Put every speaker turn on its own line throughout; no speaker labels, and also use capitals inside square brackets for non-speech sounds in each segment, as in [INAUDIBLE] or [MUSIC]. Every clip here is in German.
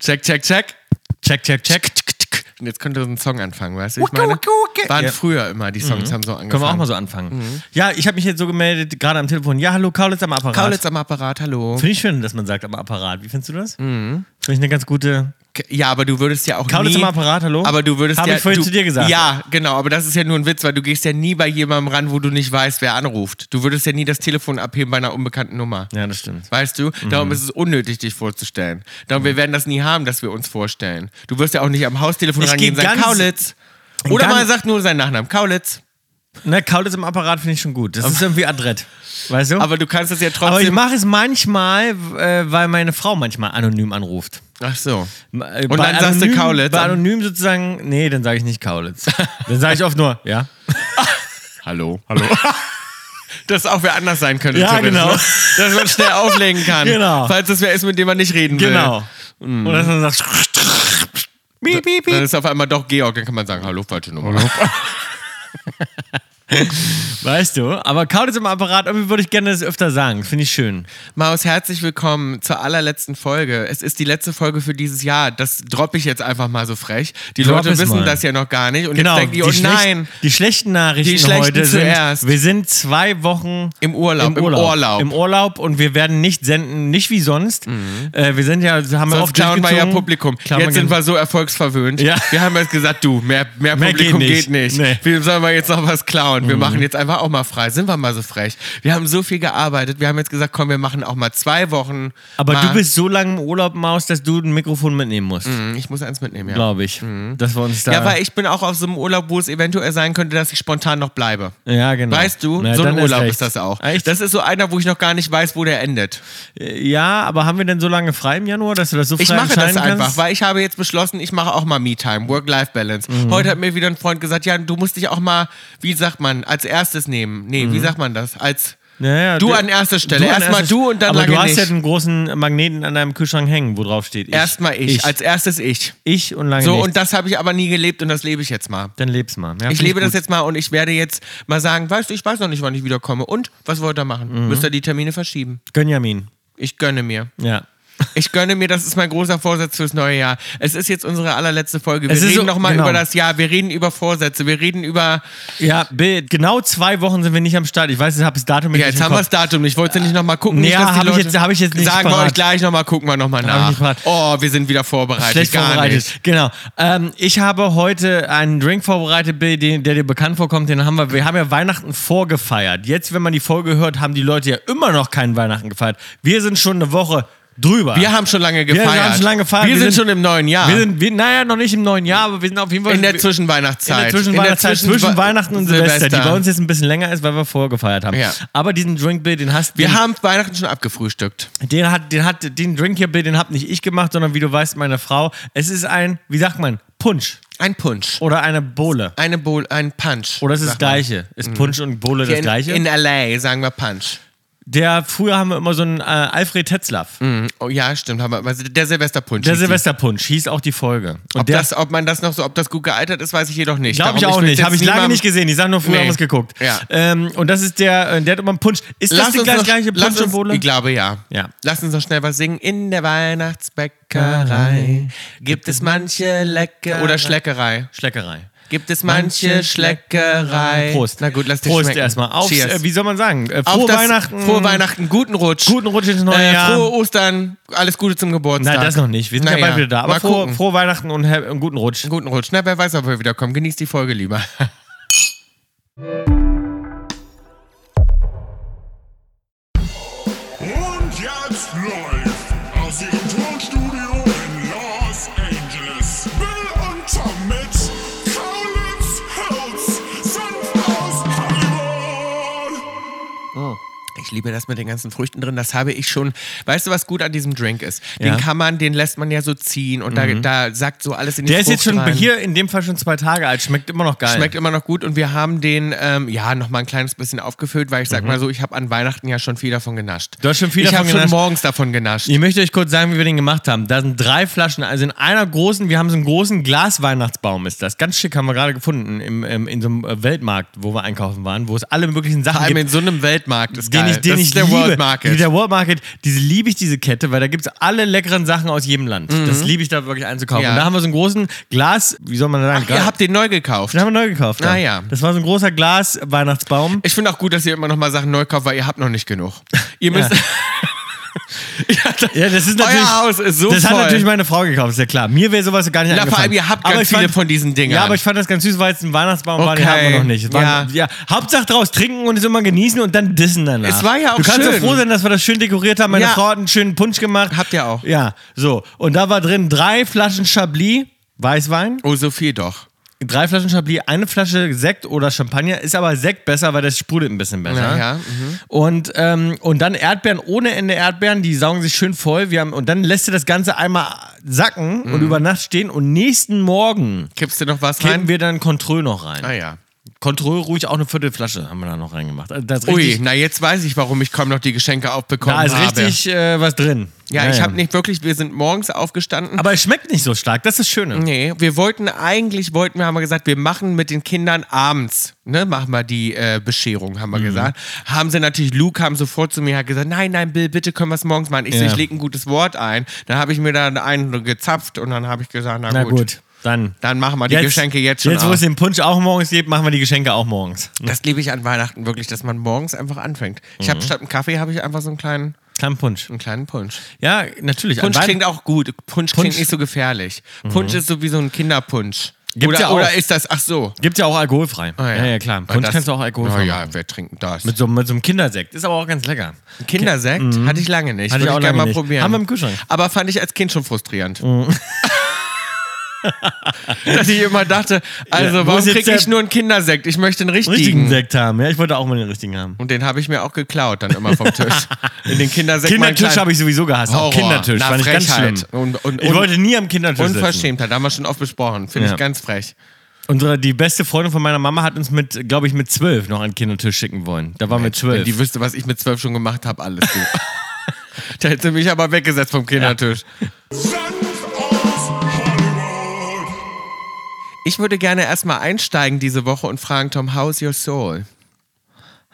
Check, check, check.
Check, check, check.
Und jetzt könnte so ein Song anfangen, weißt du? Ich meine,
Wucke, wucke, wucke.
waren
Ja. Mhm.
früher immer, die Songs haben so angefangen.
Können wir auch mal so anfangen.
Mhm.
Ja, ich habe mich jetzt so gemeldet, gerade am Telefon. Ja, hallo, Kaulitz am Apparat.
Kaulitz am Apparat, hallo.
Finde ich schön, dass man sagt am Apparat. Wie findest du das?
Mhm.
Finde ich eine ganz gute.
Ja, aber du würdest ja auch
Kaulitz
nie...
am Apparat, hallo?
Aber du würdest
Hab
ja...
ich vorhin
du,
zu dir gesagt.
Ja, genau, aber das ist ja nur ein Witz, weil du gehst ja nie bei jemandem ran, wo du nicht weißt, wer anruft. Du würdest ja nie das Telefon abheben bei einer unbekannten Nummer.
Ja, das stimmt.
Weißt du?
Mhm.
Darum ist es unnötig, dich vorzustellen. Darum, wir werden das nie haben, dass wir uns vorstellen. Du wirst ja auch nicht am Haustelefon
Ich
rangehen und
geh
sagen,
ganz-
Kaulitz. Oder
ganz-
man sagt nur seinen Nachnamen, Kaulitz.
Na, Ne, Kaulitz am Apparat finde ich schon gut. Das ist irgendwie adrett. Weißt du?
Aber du kannst das ja
Aber ich
trotzdem...
mache es manchmal, äh, weil meine Frau manchmal anonym anruft.
Ach so.
Und
dann sagst du Kaulitz.
Bei anonym sozusagen, nee, dann sage ich
[LAUGHS]
nicht Kaulitz. dann sage ich oft nur, ja.
Hallo. [LAUGHS] Hallo. Dass auch wer anders sein könnte.
Ja,
theoretisch,
genau.
ne? Dass
[LAUGHS]
man schnell auflegen kann.
Genau.
Falls das wer ist, mit dem man nicht reden will.
Genau.
Mhm.
Und dass man sagt, [LAUGHS]
Dann
piep, piep, piep.
ist auf einmal doch Georg, dann kann man sagen, hallo, falsche Nummer.
Weißt du, aber Kaulitz im Apparat, irgendwie würde ich gerne das öfter sagen. Finde ich schön.
Maus, herzlich willkommen zur allerletzten Folge. Es ist die letzte Folge für dieses Jahr. Das droppe ich jetzt einfach mal so frech. Die
Drop
Leute
es
wissen
mal.
das ja noch gar nicht. Und
Genau.
jetzt denken die, oh
schlecht-
nein,
die schlechten Nachrichten
Die schlechten
heute sind,
zuerst.
wir sind zwei Wochen
im Urlaub, im Urlaub.
Im Urlaub und wir werden nicht senden, nicht wie sonst. Äh, wir sind ja, haben wir
Mhm. Sonst
oft
klauen wir ja
durchgezogen.
Publikum.
Klauen
jetzt sind
gerne-
wir so erfolgsverwöhnt.
Ja.
Wir haben jetzt gesagt, du, mehr, mehr,
Mehr
Publikum
geht
geht nicht.
nicht. Nee. Mhm.
Wem sollen wir jetzt noch was klauen? Wir machen jetzt einfach auch mal frei. Sind wir mal so frech. Wir haben so viel gearbeitet. Wir haben jetzt gesagt, komm, wir machen auch mal zwei Wochen.
Aber
mal.
du bist so lange im Urlaub, Maus, dass du ein Mikrofon mitnehmen musst,
Hm, Ich muss eins mitnehmen, ja.
glaube ich. Dass wir uns da.
Mhm. Ja, weil ich bin auch auf so einem Urlaub, wo es eventuell sein könnte, dass ich spontan noch bleibe.
Ja, genau.
Weißt du,
Na,
so
dann
ein
erst
Urlaub
recht.
ist das auch.
Echt?
Das ist so einer, wo ich noch gar nicht weiß, wo der endet.
ja, aber haben wir denn so lange frei im Januar, dass du das so frei
Ich mache das
entscheiden
einfach,
kannst?
weil ich habe jetzt beschlossen, ich mache auch mal Me-Time, Work-Life-Balance.
Mhm.
Heute hat mir wieder ein Freund gesagt, ja, du musst dich auch mal, wie sagt man, als erstes nehmen. Nee,
Mhm.
wie sagt man das? Als
Ja, ja,
du
der-
an erster Stelle.
an
Erstmal
erster-
du und dann
aber
lange
du hast
nicht.
ja den großen Magneten an deinem Kühlschrank hängen, wo drauf steht ich.
erstmal ich,
Ich,
als erstes ich.
ich und lange
So,
nicht.
und das habe ich aber nie gelebt und das lebe ich jetzt mal.
dann leb's mal. Ja,
Ich
find
lebe das
gut.
jetzt mal und ich werde jetzt mal sagen, weißt du, ich weiß noch nicht, wann ich wiederkomme. Und was wollt ihr
Mhm.
machen? Müsst ihr die Termine verschieben?
Gönjamin.
Ich gönne mir.
Ja.
Ich gönne mir, das ist mein großer Vorsatz fürs neue Jahr. Es ist jetzt unsere allerletzte Folge. Wir
Es ist
reden
so-
nochmal
genau.
über das Jahr, wir reden über Vorsätze, wir reden über.
Ja, Bill, genau zwei Wochen sind wir nicht am Start. Ich weiß, ich habe das Datum
Ja, jetzt haben wir das Datum. Ich wollte nicht nochmal gucken. nicht,
Ja,
dass die
hab ich
Leute-
jetzt- hab ich jetzt nicht
Sagen wir
parat.
euch gleich nochmal, gucken wir nochmal
ich
nach.
nicht parat.
oh, wir sind wieder vorbereitet.
Schlecht
gar
vorbereitet.
Nicht.
Genau. Ähm, ich habe heute einen Drink vorbereitet, Bill, den, der dir bekannt vorkommt. Den haben wir. Wir haben ja Weihnachten vorgefeiert. Jetzt, wenn man die Folge hört, haben die Leute ja immer noch keinen Weihnachten gefeiert. Wir sind schon eine Woche drüber.
Wir haben schon lange gefeiert.
haben schon lange gefeiert.
Wir,
Wir
sind,
sind-
schon im neuen Jahr.
wir sind, wir, naja, noch nicht im neuen Jahr, aber wir sind auf jeden Fall
in der
wir-
Zwischenweihnachtszeit.
in der Zwischenweihnachtszeit
Zwischen-
zwischen Weihnachten und Silvester, die bei uns jetzt ein bisschen länger ist, weil wir vorgefeiert haben.
Ja.
Aber diesen Drink, Bill, den hast
Wir
den,
haben Weihnachten schon abgefrühstückt.
Den hat, den hat, den Drink hier, Bill, den hab nicht ich gemacht, sondern wie du weißt, meine Frau. Es ist ein, wie sagt man, Punsch
Ein Punsch.
oder eine Bowle.
Eine Bowl, ein Punch.
Oder es ist das
sagt man.
Gleiche. Ist Punsch und Bowle
Mhm. Hier
das Gleiche?
In, in L.A. sagen wir Punch.
der, früher haben wir immer so einen äh, Alfred Tetzlaff.
Mhm. Oh, ja, stimmt. Haben wir, also der Silvesterpunsch.
Hm. Der
hieß die.
Silvesterpunsch hieß auch die Folge. Und
Ob,
der,
das, ob man das noch so, ob das gut gealtert ist, weiß ich jedoch nicht.
glaube ich
Darum,
auch
will
nicht.
jetzt
Habe ich lange
niemandem-
nicht gesehen. Ich sag nur, früher
Nee.
haben wir es geguckt.
Ja.
Ähm, und das ist der, äh, der hat immer einen Punsch. Ist
Lass
das die
uns
gleich,
noch,
gleiche
lass
Punsch und
uns-
Bowle?
Ich glaube ja.
Ja.
Lass uns noch schnell was singen. In der Weihnachtsbäckerei gibt es manche Lecke oder Schleckerei.
Schleckerei.
Gibt es manche Schleckerei.
Prost.
Na gut, lass dich
Prost
schmecken.
erstmal. Aufs,
Cheers.
äh, wie soll man sagen? Äh,
Auf
frohe
das-
Weihnachten.
Frohe Weihnachten, guten Rutsch.
Guten Rutsch ins neue
äh,
Jahr.
Frohe Ostern, alles Gute zum Geburtstag.
Nein, das noch nicht. Wir sind
Na
ja bald
ja,
wieder da. Aber
mal
frohe,
gucken.
frohe Weihnachten und he- einen guten Rutsch.
Guten Rutsch. Na, wer weiß, ob wir wiederkommen. Genießt die Folge lieber.
Und jetzt läuft aus ihrem Tonstudio in Los Angeles Bill und Tom mit Kaulitz Hills, Senf aus Hollywood.
Ich liebe das mit den ganzen Früchten drin. Das habe ich schon. Weißt du, was gut an diesem Drink ist? Den
Ja. Mhm.
kann man, den lässt man ja so ziehen und da, da sackt so alles in die
Der ist
Frucht
jetzt schon
rein.
hier in dem Fall schon zwei Tage alt. Schmeckt immer noch geil.
Schmeckt immer noch gut und wir haben den, ähm, ja, nochmal ein kleines bisschen aufgefüllt, weil ich sag mal so, ich habe an Weihnachten ja schon viel davon genascht.
Mhm. Du hast schon viel
ich
davon
habe schon
genascht.
morgens davon genascht.
ich möchte euch kurz sagen, wie wir den gemacht haben. Da sind drei Flaschen, also in einer großen, wir haben so einen großen Glasweihnachtsbaum ist das. Ganz schick haben wir gerade gefunden im, im, in so einem äh, Weltmarkt, wo wir einkaufen waren, wo es alle möglichen Sachen
Vor allem
gibt.
in so einem Weltmarkt ist
den
geil. Das
ich Market, den ich
ist der
liebe.
World Market.
Der World Market, diese liebe ich, diese Kette, weil da gibt es alle leckeren Sachen aus jedem Land. Das liebe ich da wirklich einzukaufen.
Mhm. Ja.
Und da haben wir so einen großen Glas, wie soll man das sagen?
Ach, ihr habt den neu gekauft.
den haben wir neu gekauft.
Ah, ja.
Das war so ein großer Glas-Weihnachtsbaum.
Ich finde auch gut, dass ihr immer noch mal Sachen neu kauft, weil ihr habt noch nicht genug. Ihr müsst.
[LAUGHS]
[LAUGHS] Ja, das-
Ja, das ist natürlich.
Euer Haus ist so
das hat
voll.
natürlich meine Frau gekauft, ist ja klar. Mir wäre sowas gar nicht
Na, vor
eingefallen.
allem, ihr habt
Aber
ganz
ich
viele
fand-
von diesen Dingern.
Ja, aber ich fand das ganz süß, weil es ein Weihnachtsbaum war, den
Okay.
hatten wir noch nicht. Es War, ja. Hauptsache draus trinken und es immer genießen und dann dissen danach.
Es war ja auch
Du kannst
schön.
so froh sein, dass wir das schön dekoriert haben. Meine
Ja.
Frau hat einen schönen Punsch gemacht.
Habt ihr auch.
Ja, so. Und da war drin drei Flaschen Chablis. Weißwein,
oh, so viel doch.
drei Flaschen Chablis, eine Flasche Sekt oder Champagner. Ist aber Sekt besser, weil das sprudelt ein bisschen besser.
Ja, mhm. ja,
Und, ähm, und dann Erdbeeren ohne Ende Erdbeeren, die saugen sich schön voll. Wir haben, und dann lässt du das Ganze einmal sacken und
Mhm.
über Nacht stehen. Und nächsten Morgen
Kippst du noch was
kippen
rein?
wir dann Control noch rein.
Ah ja.
Control ruhig auch eine Viertelflasche haben wir da noch reingemacht. Also da ist
Ui,
richtig,
na jetzt weiß ich, warum ich kaum noch die Geschenke aufbekommen
da ist
habe.
richtig äh, was drin.
Ja, ich habe nicht wirklich, wir sind morgens aufgestanden.
Aber es schmeckt nicht so stark, das ist das Schöne.
Nee, wir wollten eigentlich, wollten wir, haben wir gesagt, wir machen mit den Kindern abends, ne, machen wir die äh, Bescherung, haben wir
Mhm.
gesagt. Haben sie natürlich, Luke kam sofort zu mir, hat gesagt, nein, nein, Bill, bitte können wir es morgens machen. Ich so,
Ja.
ich lege ein gutes Wort ein. Dann habe ich mir da einen gezapft und dann habe ich gesagt, na,
Na
gut,
gut, dann.
dann machen wir die Geschenke jetzt schon
Jetzt, wo
auf.
es den Punsch auch morgens gibt, machen wir die Geschenke auch morgens.
Das liebe ich an Weihnachten wirklich, dass man morgens einfach anfängt. Ich
Mhm.
habe statt einem Kaffee, habe ich einfach so einen kleinen,
Kein Punsch.
einen kleinen Punsch.
Ja, natürlich. an
Punsch
Weihnachten-
klingt auch gut. Punsch,
Punsch- Mhm.
klingt nicht so gefährlich. Punsch ist so wie so ein Kinderpunsch.
Gibt's
oder,
ja auch.
oder ist das, ach so.
Gibt ja auch alkoholfrei.
Ah,
ja. ja, klar.
Aber
Punsch
das-
kannst du auch alkoholfrei.
Na
machen.
ja, wer trinkt das?
Mit so, mit so einem Kindersekt. Ist aber auch ganz lecker.
Kindersekt hatte ich lange nicht.
Hatte ich
Würde
auch
ich gerne
lange
mal
nicht.
probieren.
Haben wir im Kühlschrank. Mhm.
Aber fand ich als Kind schon frustrierend. [LAUGHS]
[LAUGHS]
Dass ich immer dachte, also
Ja, wo
warum
ist jetzt
kriege ich
der-
nur einen Kindersekt? Ich möchte einen richtigen.
Richtigen Sekt haben. Ja, ich wollte auch mal den richtigen haben.
Und den habe ich mir auch geklaut dann immer vom
[LAUGHS]
Tisch. In den Kindersekt
Kindertisch habe ich sowieso gehasst. Auch
Horror.
Kindertisch.
Na,
fand ich ganz
Frechheit.
schlimm.
Und- und-
ich
und-
wollte nie am Kindertisch sitzen.
Unverschämtheit, haben wir schon oft besprochen. Finde
Ja.
ich ganz frech.
Unsere, die beste Freundin von meiner Mama hat uns mit, glaube ich, mit zwölf noch an den Kindertisch schicken wollen. Da waren wir
Wenn
zwölf.
die wüsste, was ich mit zwölf schon gemacht habe, alles.
[LAUGHS]
Du. da hätte sie mich aber weggesetzt vom Kindertisch.
Senf aus Hollywood.
Ich würde gerne erstmal einsteigen diese Woche und fragen, Tom, how's your soul?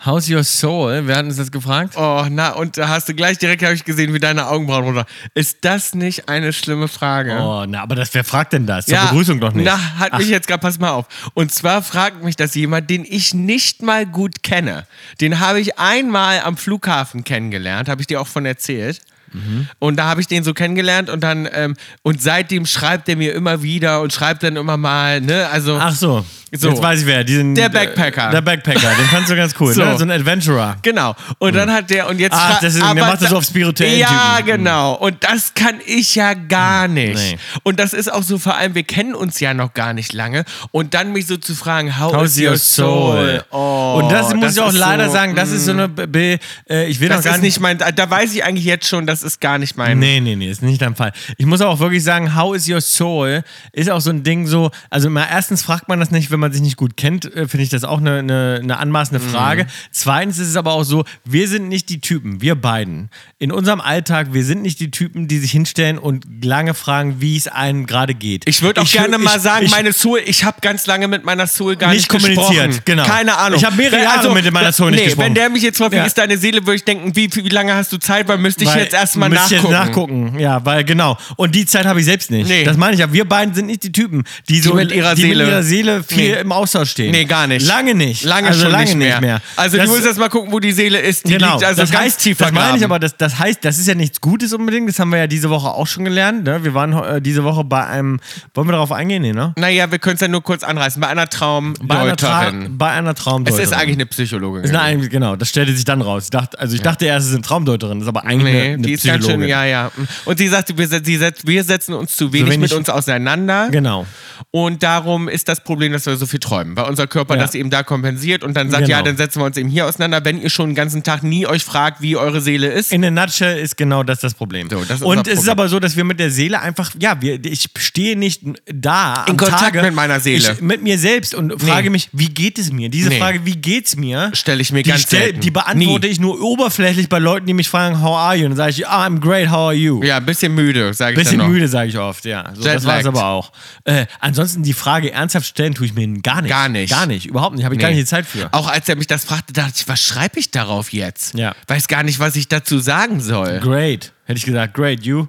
How's your soul? Wer hat uns das gefragt?
Oh, na, und da hast du gleich direkt, habe ich gesehen, wie deine Augenbrauen runter. Ist das nicht eine schlimme Frage?
Oh, na, aber das, wer fragt denn das? Zur Begrüßung doch nicht.
Na, hat mich jetzt gerade, pass mal auf. Und zwar fragt mich das jemand, den ich nicht mal gut kenne. Den habe ich einmal am Flughafen kennengelernt, habe ich dir auch von erzählt.
Mhm.
Und da habe ich den so kennengelernt und dann, ähm, und seitdem schreibt er mir immer wieder und schreibt dann immer mal, ne, also.
Ach so.
So.
Jetzt weiß ich wer. Diesen,
Der Backpacker.
Der Backpacker. Den fandst du ganz cool.
So.
Ne? so ein Adventurer.
Genau. Und dann hat der und jetzt
Hm. Ach,
fra-
das ist- der
aber
macht das
da-
auf spirituellen
Ja,
Typen. Hm.
genau. Und das kann ich ja gar nicht.
Nee.
Und das ist auch so vor allem wir kennen uns ja noch gar nicht lange und dann mich so zu fragen, how,
How's
is your soul? Oh,
und das muss ich auch
ist
leider
so, mm.
sagen, das ist so eine. B- B- Äh, ich will
Das
noch gar
ist nicht mein da weiß ich eigentlich jetzt schon, das ist gar nicht mein
Nee, nee, nee, ist nicht dein Fall. Ich muss auch wirklich sagen, How is your soul ist auch so ein Ding so, also mal erstens fragt man das nicht, wenn man sich nicht gut kennt, äh, finde ich das auch eine, eine, eine anmaßende Frage.
Mhm.
Zweitens ist es aber auch so, wir sind nicht die Typen, wir beiden. In unserem Alltag, wir sind nicht die Typen, die sich hinstellen und lange fragen, wie es einem gerade geht.
Ich würde auch gerne
ich-
mal sagen,
ich-
meine Soul, ich habe ganz lange mit meiner Soul gar nicht,
Nicht kommuniziert,
gesprochen.
genau.
Keine Ahnung.
Ich hab mehrere
Wenn-
Jahre mit meiner Soul nicht
nee,
gesprochen.
Wenn der mich jetzt fragt, wie
Ja.
ist deine Seele, würde ich denken, wie, wie lange hast du Zeit, weil müsste ich
Weil-
jetzt erstmal
müsst ich
nachgucken.
Jetzt nachgucken. Ja, weil genau. Und die Zeit habe ich selbst nicht.
Nee.
Das meine ich ja. Wir beiden sind nicht die Typen, die, so
mit ihrer
die
Seele-
mit ihrer Seele viel
Nee.
im Austausch stehen.
Nee, gar nicht.
Lange nicht.
Lange
also
schon
lange
nicht, mehr. Also
das,
du musst jetzt mal gucken, wo die Seele ist. Die
genau.
liegt also
das
ganz
heißt,
tief
das meine ich
vergraben.
aber, das, das heißt, das ist ja nichts Gutes unbedingt. Das haben wir ja diese Woche auch schon gelernt. Ne? Wir waren äh, diese Woche bei einem. Wollen wir darauf eingehen? Nee, ne?
Naja, wir können es ja nur kurz anreißen. Bei einer
Bei einer, Tra
Traumdeuterin.
bei einer
Es
Traumdeuterin.
ist eigentlich eine Psychologin.
Ist eine, eigentlich- genau, das stellte sich dann raus. Ich dachte, also ich dachte erst, es ist eine Traumdeuterin, das ist aber eigentlich
Nee,
eine, eine
die ist ganz schön,
Psychologin.
ja, ja. Und sie sagte, wir, se- sie setz- wir setzen uns zu wenig,
wenig-
mit uns auseinander.
Genau.
Und darum ist das Problem, dass wir so viel träumen, weil unser Körper
Ja.
das eben da kompensiert und dann sagt,
Genau.
ja, dann setzen wir uns eben hier auseinander, wenn ihr schon den ganzen Tag nie euch fragt, wie eure Seele ist.
In der Nutshell ist genau das das Problem.
So, das ist
und
unser
es ist
Problem.
aber so, dass wir mit der Seele einfach, ja, wir, ich stehe nicht da
In
am
Kontakt
Tage,
mit meiner Seele.
Ich, mit mir selbst und frage mich, wie geht es mir? Diese
Nee.
Frage, wie geht's mir?
Stelle ich mir
die
ganz
stell-
selten.
Die beantworte
Nie.
ich nur oberflächlich bei Leuten, die mich fragen, how are you? Und dann sage ich, ah, I'm great, how are you?
Ja, ein bisschen müde, sage ich dann
Bisschen
noch.
müde, sage ich oft, ja. So, das
Jetlagged.
war es aber auch. Äh, ansonsten die Frage ernsthaft stellen, tue ich mir den gar nicht.
Gar nicht.
Gar nicht, überhaupt nicht. Habe ich gar
Nee.
nicht die Zeit für.
Auch als er mich das fragte, dachte ich, was schreibe ich darauf jetzt?
Ja.
Weiß gar nicht, was ich dazu sagen soll.
Great. Hätte ich gesagt, great, you.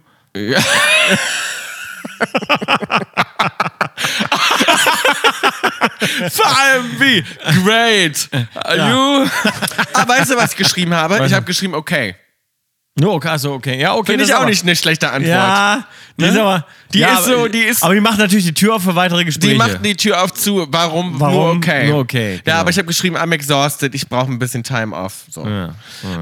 Vor allem wie? Great. Are You? ah, weißt du, was ich geschrieben habe? Ich habe geschrieben, okay.
No, okay, also okay. Ja, okay.
Finde
das
ich auch
aber-
nicht eine schlechte Antwort.
Ja, die
Ne?
ist aber.
Die
ja,
ist so,
aber-
die ist-
Aber die macht natürlich die Tür auf für weitere Gespräche.
Die machten die Tür auf zu. Warum? Nur
Warum?
okay.
Nur okay, genau.
Ja, aber ich habe geschrieben, I'm exhausted. Ich brauche ein bisschen Time off. So.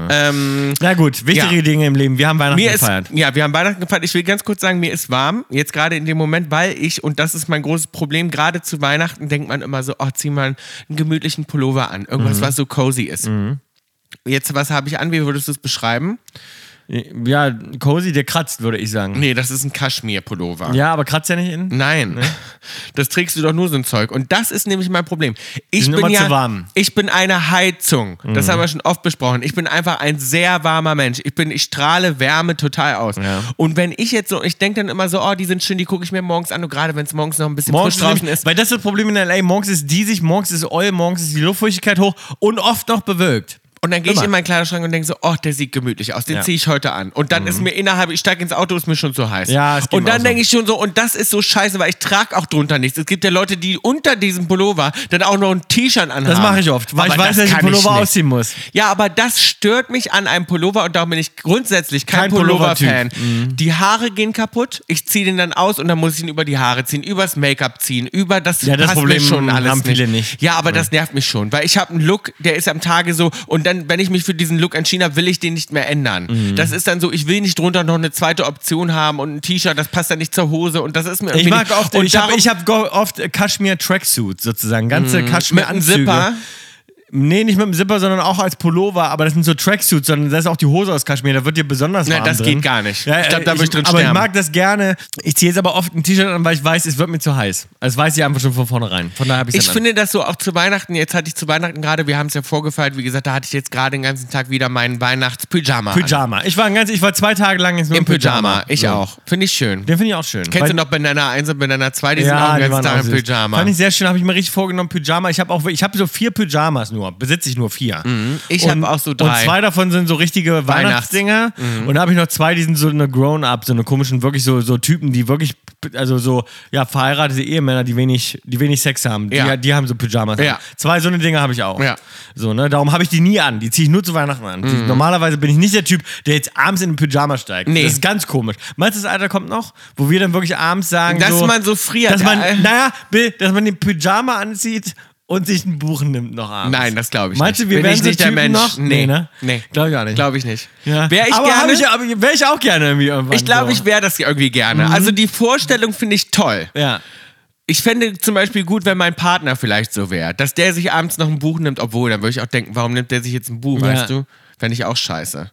Ähm,
Na gut, wichtige
Ja.
Dinge im Leben. Wir haben Weihnachten
mir ist,
gefeiert.
ja, wir haben Weihnachten gefeiert. Ich will ganz kurz sagen, mir ist warm. Jetzt gerade in dem Moment, weil ich, und das ist mein großes Problem, gerade zu Weihnachten denkt man immer so, oh, zieh mal einen gemütlichen Pullover an. Irgendwas, was so cozy ist. Jetzt, was habe ich an? Wie würdest du es beschreiben?
Ja, Cozy, der kratzt, würde ich sagen.
Nee, das ist ein Kaschmir-Pullover.
Ja, aber kratzt ja nicht innen.
Nein, das trägst du doch nur so ein Zeug. Und das ist nämlich mein Problem. Ich
sind
bin
immer
ja,
zu warm. Mhm.
ich bin eine Heizung. Das haben wir schon oft besprochen. Ich bin einfach ein sehr warmer Mensch. Ich bin, ich strahle Wärme total aus.
Ja.
Und wenn ich jetzt so, ich denke dann immer so, oh, die sind schön, die gucke ich mir morgens an. Und gerade wenn es morgens noch ein bisschen
Morgens
frisch draußen
nämlich-
ist.
Weil das ist das Problem in L.A. Morgens ist diesig, morgens ist oil, morgens ist die Luftfeuchtigkeit hoch und oft noch bewölkt.
Und dann gehe ich
Immer.
in meinen Kleiderschrank und denke so, oh, der sieht gemütlich aus, den
Ja. Mhm.
ziehe ich heute an. Und dann ist mir innerhalb, ich steige ins Auto, ist mir schon zu heiß.
Ja, es geht
und
mir auch
dann
so.
denke ich schon so, und das ist so scheiße, weil ich trage auch drunter nichts. Es gibt ja Leute, die unter diesem Pullover dann auch noch ein T-Shirt anhaben.
Das mache ich oft, weil
Aber
ich weiß, dass ich
kann
den Pullover
nicht.
ausziehen muss.
Ja, aber das stört mich an einem Pullover und darum bin ich grundsätzlich kein,
Kein Pullover-Typ. Mhm.
Pullover-Fan. Die Haare gehen kaputt, ich ziehe den dann aus und dann muss ich ihn über die Haare ziehen, übers Make-up ziehen, über das
Ja, das
passt mir
Problem
schon alles
haben viele nicht.
Ja, aber das nervt mich schon, weil ich habe einen Look, der ist am Tage so und dann, wenn ich mich für diesen Look entschieden habe, will ich den nicht mehr ändern.
Mhm.
Das ist dann so, ich will nicht drunter noch eine zweite Option haben und ein T-Shirt, das passt dann nicht zur Hose und das ist mir
Ich
irgendwie
mag
nicht-
auch,
und
ich habe
darum-
hab go- oft Kaschmir-Tracksuits sozusagen, ganze
Mm. mit einem
Kaschmir-Anzüge.
Zipper.
Nee, nicht mit dem Zipper, sondern auch als Pullover, aber das sind so Tracksuits, sondern da ist auch die Hose aus Kaschmir, da wird dir besonders
Nein,
warm
das
drin.
geht gar nicht.
Ja,
Ich glaub,
äh,
da würd ich drin
Aber ich
sterben.
mag das gerne. Ich ziehe jetzt aber oft ein T-Shirt an, weil ich weiß, es wird mir zu heiß. Das weiß ich einfach schon von vornherein. Von daher habe ich
Ich finde das so auch zu Weihnachten. Jetzt hatte ich zu Weihnachten gerade, wir haben es ja vorgefeiert, wie gesagt, da hatte ich jetzt gerade den ganzen Tag wieder meinen Weihnachtspyjama. an.
Pyjama. Ich war ein ganz, ich war zwei Tage lang jetzt nur
Im Pyjama, ich
So.
auch. Finde ich schön.
Den finde ich auch schön.
Kennst
Weil-
du noch Banana 1 und Banana 2? Die sind
ja,
auch den
die
ganzen
waren
Tag
auch
im
süß.
Pyjama.
Fand ich sehr schön, habe ich mir richtig vorgenommen, Pyjama. Ich habe auch, ich habe so vier Pyjamas nur, besitze ich nur vier.
Ich
Und-
habe auch so drei.
Und zwei davon sind so richtige
Weihnachts- Mhm.
Weihnachtsdinger. Und da habe ich noch zwei, die sind so eine Grown-Up, so eine komischen, wirklich so, so Typen, die wirklich, also so, ja, verheiratete Ehemänner, die wenig, die wenig Sex haben.
Ja.
Die, die haben so Pyjamas. an.
Ja.
Zwei so eine Dinge habe ich auch.
Ja. Mhm.
So, ne, darum habe ich die nie an. Die ziehe ich nur zu Weihnachten an. Die- Normalerweise bin ich nicht der Typ, der jetzt abends in den Pyjama steigt.
Nee.
Das ist ganz komisch. Meinst du, das Alter kommt noch? Wo wir dann wirklich abends sagen,
Dass
so,
man so friert.
Dass man,
Ja, äh.
naja, Bill, dass man den Pyjama anzieht und sich ein Buch nimmt noch abends.
Nein, das glaube ich
Meinst
nicht.
du, wir
Bin
wären
ich
so
nicht der Mensch?
Typen Noch?
Nee.
ne?
Nee.
Glaube ich auch nicht.
Glaube ich nicht.
ja.
Wäre ich
aber Also. hab
gerne.
Ich, aber wäre ich auch gerne irgendwie irgendwann.
ich glaube, ich
so.
wäre das irgendwie gerne.
Mhm.
Also die Vorstellung finde ich toll.
Ja.
Ich fände zum Beispiel gut, wenn mein Partner vielleicht so wäre, dass der sich abends noch ein Buch nimmt, obwohl, dann würde ich auch denken, warum nimmt der sich jetzt ein Buch,
Ja. Mhm.
weißt du? Fände ich auch scheiße.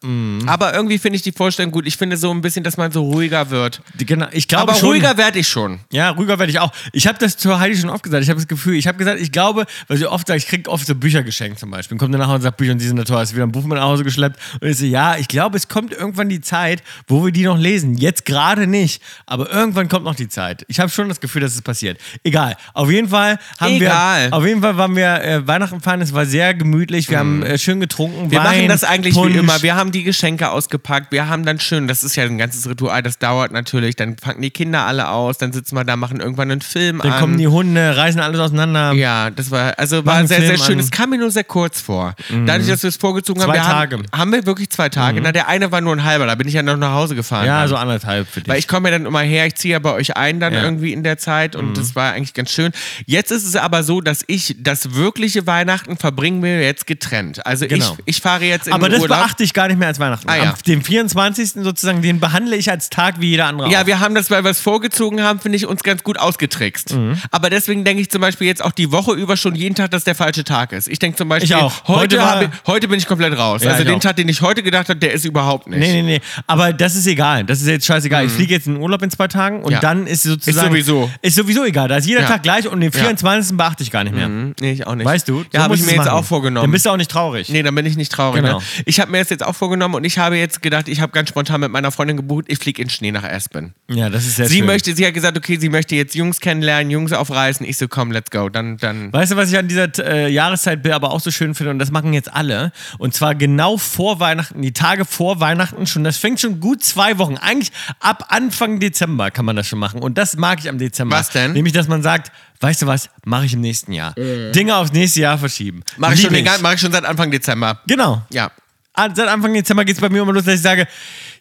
Aber irgendwie finde ich die Vorstellung gut. Ich finde so ein bisschen, dass man so ruhiger wird.
Die- Genau, ich glaube
Aber
schon.
ruhiger werde ich schon.
Ja, ruhiger werde ich auch. Ich habe das zur Heidi schon oft gesagt. Ich habe das Gefühl, ich habe gesagt, ich glaube, weil sie oft sagt, ich krieg oft so Bücher geschenkt zum Beispiel. Und kommt dann nach Hause und sagt, Bücher und die sind da teuer. Hast du wieder ein Buch mit nach Hause geschleppt? Und ich so, ja, ich glaube, es kommt irgendwann die Zeit, wo wir die noch lesen. Jetzt gerade nicht, aber irgendwann kommt noch die Zeit. Ich habe schon das Gefühl, dass es passiert. Egal. Auf jeden Fall haben
Egal.
wir, auf jeden Fall waren wir äh, Weihnachten fahren. Es war sehr gemütlich. Wir haben äh, schön getrunken.
Mhm. Wir
Wein,
machen das eigentlich
Punsch.
wie immer. Wir haben die Geschenke ausgepackt. Wir haben dann schön, das ist ja ein ganzes Ritual, das dauert natürlich. Dann packen die Kinder alle aus, dann sitzen wir da, machen irgendwann einen Film
dann
an.
kommen die Hunde, reißen alles auseinander.
Ja, das war, also war
einen
sehr, sehr
Film
schön.
an.
Es kam mir nur sehr kurz vor. Dadurch, dass wir es vorgezogen
Zwei
haben, wir
Tage. Mhm.
Haben, haben wir wirklich zwei Tage. Na, der eine war nur ein halber, da bin ich ja noch nach Hause gefahren.
Ja,
dann.
so anderthalb für dich.
Weil ich komme ja dann immer her, ich ziehe ja bei euch ein dann
Ja. Mhm.
irgendwie in der Zeit und das war eigentlich ganz schön. Jetzt ist es aber so, dass ich das wirkliche Weihnachten verbringen wir jetzt getrennt. Also
Genau.
ich, ich fahre jetzt in den
Aber das
Urlaub.
beachte ich gar nicht mehr als Weihnachten.
Ah, ja.
Am dem 24. sozusagen, den behandle ich als Tag wie jeder andere.
Ja,
auch.
wir haben das, weil wir es vorgezogen haben, finde ich, uns ganz gut ausgetrickst.
Mhm.
Aber deswegen denke ich zum Beispiel jetzt auch die Woche über schon jeden Tag, dass der falsche Tag ist. Ich denke zum Beispiel,
Ich auch.
Heute,
Heute war-
hab ich, heute bin ich komplett raus.
Ja,
also
ich
den
auch.
Tag, den ich heute gedacht habe, der ist überhaupt nicht.
Nee, nee, nee. Aber das ist egal. Das ist jetzt scheißegal. Ich fliege jetzt in den Urlaub in zwei Tagen und
Mhm. Ja.
dann ist sozusagen.
Ist sowieso.
Ist sowieso egal. Da ist jeder
Ja.
Tag gleich und den 24. beachte ich gar nicht mehr.
Nee, ich auch nicht.
Weißt du? So
Ja, habe
musst
ich mir
du's
jetzt
machen.
auch vorgenommen.
Dann bist du auch nicht traurig.
nee, dann bin ich nicht traurig.
Genau.
Ne? Ich habe mir das jetzt auch vorgenommen und ich habe jetzt gedacht, ich habe ganz spontan mit meiner Freundin gebucht, ich fliege in Schnee nach Aspen.
Ja, das ist sehr
Sie
schön.
möchte, sie hat gesagt, okay, sie möchte jetzt Jungs kennenlernen, Jungs aufreißen. Ich so, komm, let's go. Dann, dann.
Weißt du, was ich an dieser äh, Jahreszeit aber auch so schön finde, und das machen jetzt alle, und zwar genau vor Weihnachten, die Tage vor Weihnachten schon, das fängt schon gut zwei Wochen, eigentlich ab Anfang Dezember kann man das schon machen, und das mag ich am Dezember.
Was denn?
Nämlich, dass man sagt, weißt du was, mache ich im nächsten Jahr. Dinge aufs nächste Jahr verschieben.
Mache ich,
Lieb
schon den ganzen- mach ich schon seit Anfang Dezember.
Genau.
Ja.
An- Seit Anfang Dezember geht es bei mir immer los, dass ich sage,